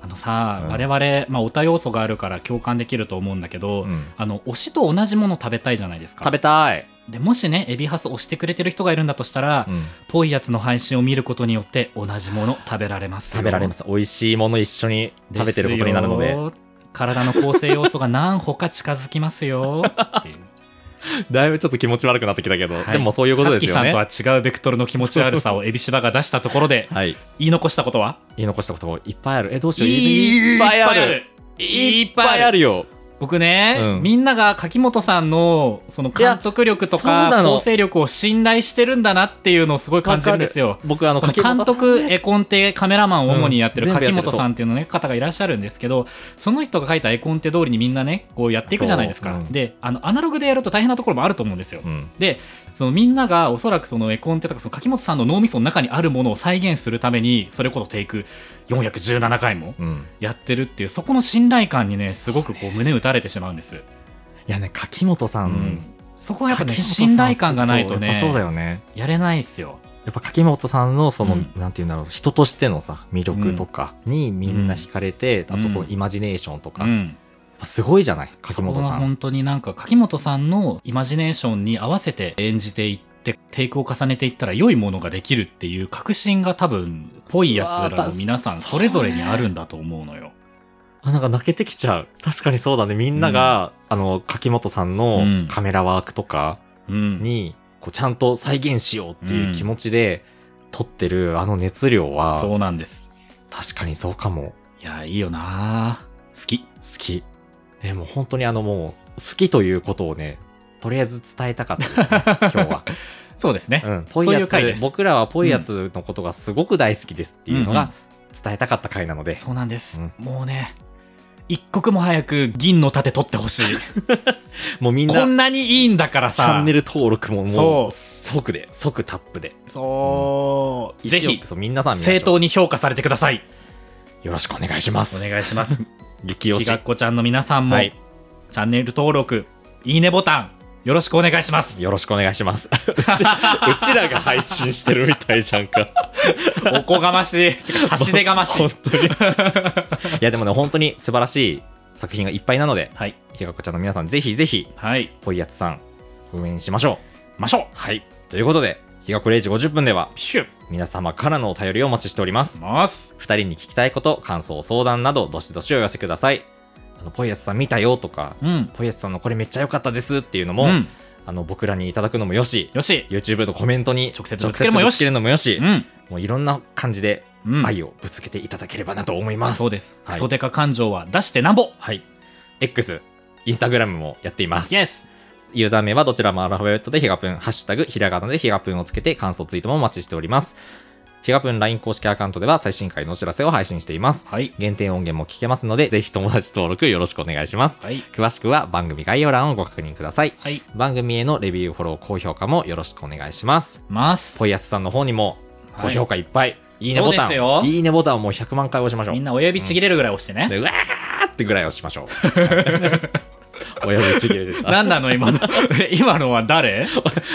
あのさ、
うん
我々、まあ、オタ要素があるから共感できると思うんだけど、
うん
あの推しと同じもの食べたいじゃないですか
食べたい、
でもしねエビハス推してくれてる人がいるんだとしたら、
うん
ぽいやつの配信を見ることによって同じもの食べられますよ
食べられます美味しいもの一緒に食べてることになるの
す
で
よ体の構成要素が何歩か近づきます
<laughs>
よっていう
だいぶちょっと気持ち悪くなってきたけど、
はい
でもそういうこと
ハ
で
ス
す
キ
よ
さん
ね
とは違うベクトルの気持ち悪さをエビシバが出したところ
<laughs>
で
はい
言い残したことは
言い残したこといっぱいあるえどうしよう
いっ
いっ
ぱ
ぱ
い
い
あ
あ
る
る
い
い
っ
っ
ぱ
ぱ
い
い
あ
あるよ
僕ね、
うん
みんなが柿本さんのその監督力と
いや
か
そうなの
構成力を信頼してるんだなっていうのをすごい感じるんですよ
僕あの
この
柿本
監
さん
督絵コンテカメラマンを主にやってる
うん全
柿
部やってる
本さんっていうのね方がいらっしゃるんですけどその人が書いた絵コンテ通りにみんなねこうやっていくじゃないですか、
そううん
であのアナログでやると大変なところもあると思うんですよ、
うん
でそのみんながおそらくその絵コンテとかその柿本さんの脳みその中にあるものを再現するためにそれこそテイク417回も
うん
やってるっていうそこの信頼感にねすごくこう胸打たれてしまうんです、
いやね柿本さん、
うんそこはやっぱね
柿本さん
信頼感がないとね
そうやっぱそうだよね
やれないですよ
やっぱ柿本さんのその、
うん
なんていうんだろう人としてのさ魅力とかにみんな惹かれて、
うん
あとそのイマジネーションとか、
う
やっ
ん
ぱすごいじゃない柿本
そこ
さ
は
ん
本当になんか柿本さんのイマジネーションに合わせて演じていってテイクを重ねていったら良いものができるっていう確信が多分ぽいやつらの皆さ
うわ
ん
ー
それぞれにあるんだと思うのよ。
あなんか泣けてきちゃう確かにそうだねみんなが、あの柿本さん
う
の
ん
カメラワークとか、
うん、
にこうちゃんと再現しようっていう気持ちで撮ってるあの熱量
そ
は
うなんです。
確かにそうかも
いやいいよなー好き。
好きえもう本当にあのもう好きということをねとりあえず伝えたかったです
<laughs>
ね今日は、
そうですね。
うん、ぽい
そうい
や
う回で
つ
す
僕らはぽいやつのことがすごく大好きですっていうの
うん
が伝えたかった回なので、
そうなんです。
うん
もうね一刻も早く銀の盾取ってほしい。
もうみん
こ
なん
なにいいんだから
チ
さ。
ャンネル登録もも
そう
う即で即タップで
そう、ぜ
一
ひ
億そうみんなさん見ましょう
正当に評価されてください。
よろしくお願いします
お願いします。
激推
ひ
し
がっこちゃんの皆さんも、
はい
チャンネル登録、いいねボタン、よろしくお願いし
<laughs>
ます。
よろしくお願いします。うちうちらが配信してるみた <laughs> いじゃんか。
おこがましい。てか差し出がましい。
本当に。いや、でもね、本当に素晴らしい作品がいっぱいなので、
はい。
ひがこちゃんの皆さん、ぜひぜひ、
はい。
ぽいやつさん、応援しましょ
ましょ
う。はい。ということで、ひがこ0時50分では
う。、ピシュッ。
皆様からのお便りをお待ちしております。
ます。
2人に聞きたいこと、感想、相談など、どしどしお寄せください。あの、ぽいやつさん見たよとか、
うん。
ぽいやつさんのこれめっちゃ良かったですっていうの
う
も、
ん。
あの、僕らにいただくのもよし、
よし。
YouTube のコメントに
直接ぶつけるもよし
直接ぶつけるのもよし
う、ん。
もういろんな感じで
うん
愛をぶつけていただければなと思います。
そうです。
はい
クソデカ感情は出してなんぼ
はい。X、インスタグラムもやっています。
イエス
ユーザー名はどちらもアルファベットでヒガプン、ハッシュタグ、ひらがなでヒガプンをつけて感想ツイートもお待ちしております。ヒガプン LINE 公式アカウントでは最新回のお知らせを配信しています。
はい。
限定音源も聞けますので、ぜひ友達登録よろしくお願いします。
はい。
詳しくは番組概要欄をご確認ください。
はい。
番組へのレビュー、フォロー、高評価もよろしくお願いします。
ます
ポ。イアスさんの方にも高評価いっぱい、い、いねボ
そう
タ
ですよ
ン、いいねボタンをもう100万回押しましょう
みん。な親指ちぎれるぐらい押してね。
でうわーってぐらいをしま
<laughs>
しょう。親指ちぎれてた。
何なの
<laughs>
今の。今のは誰ス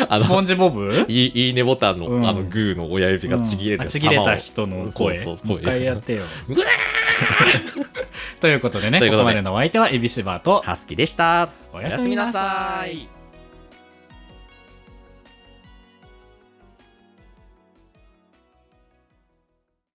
あの
ポンジボブ
いいいいねボタンの、
うん
あのグーの親指がちぎれて
うんあ
る様
ち
を、
ぎれた人の声。
そうそうそう
もう一回やってよ。
<laughs> うわ
<laughs> ということでね、
という
ここ
ことで
までのお相手はエビシバーと
ーハスキーでした。
おやすみなさい。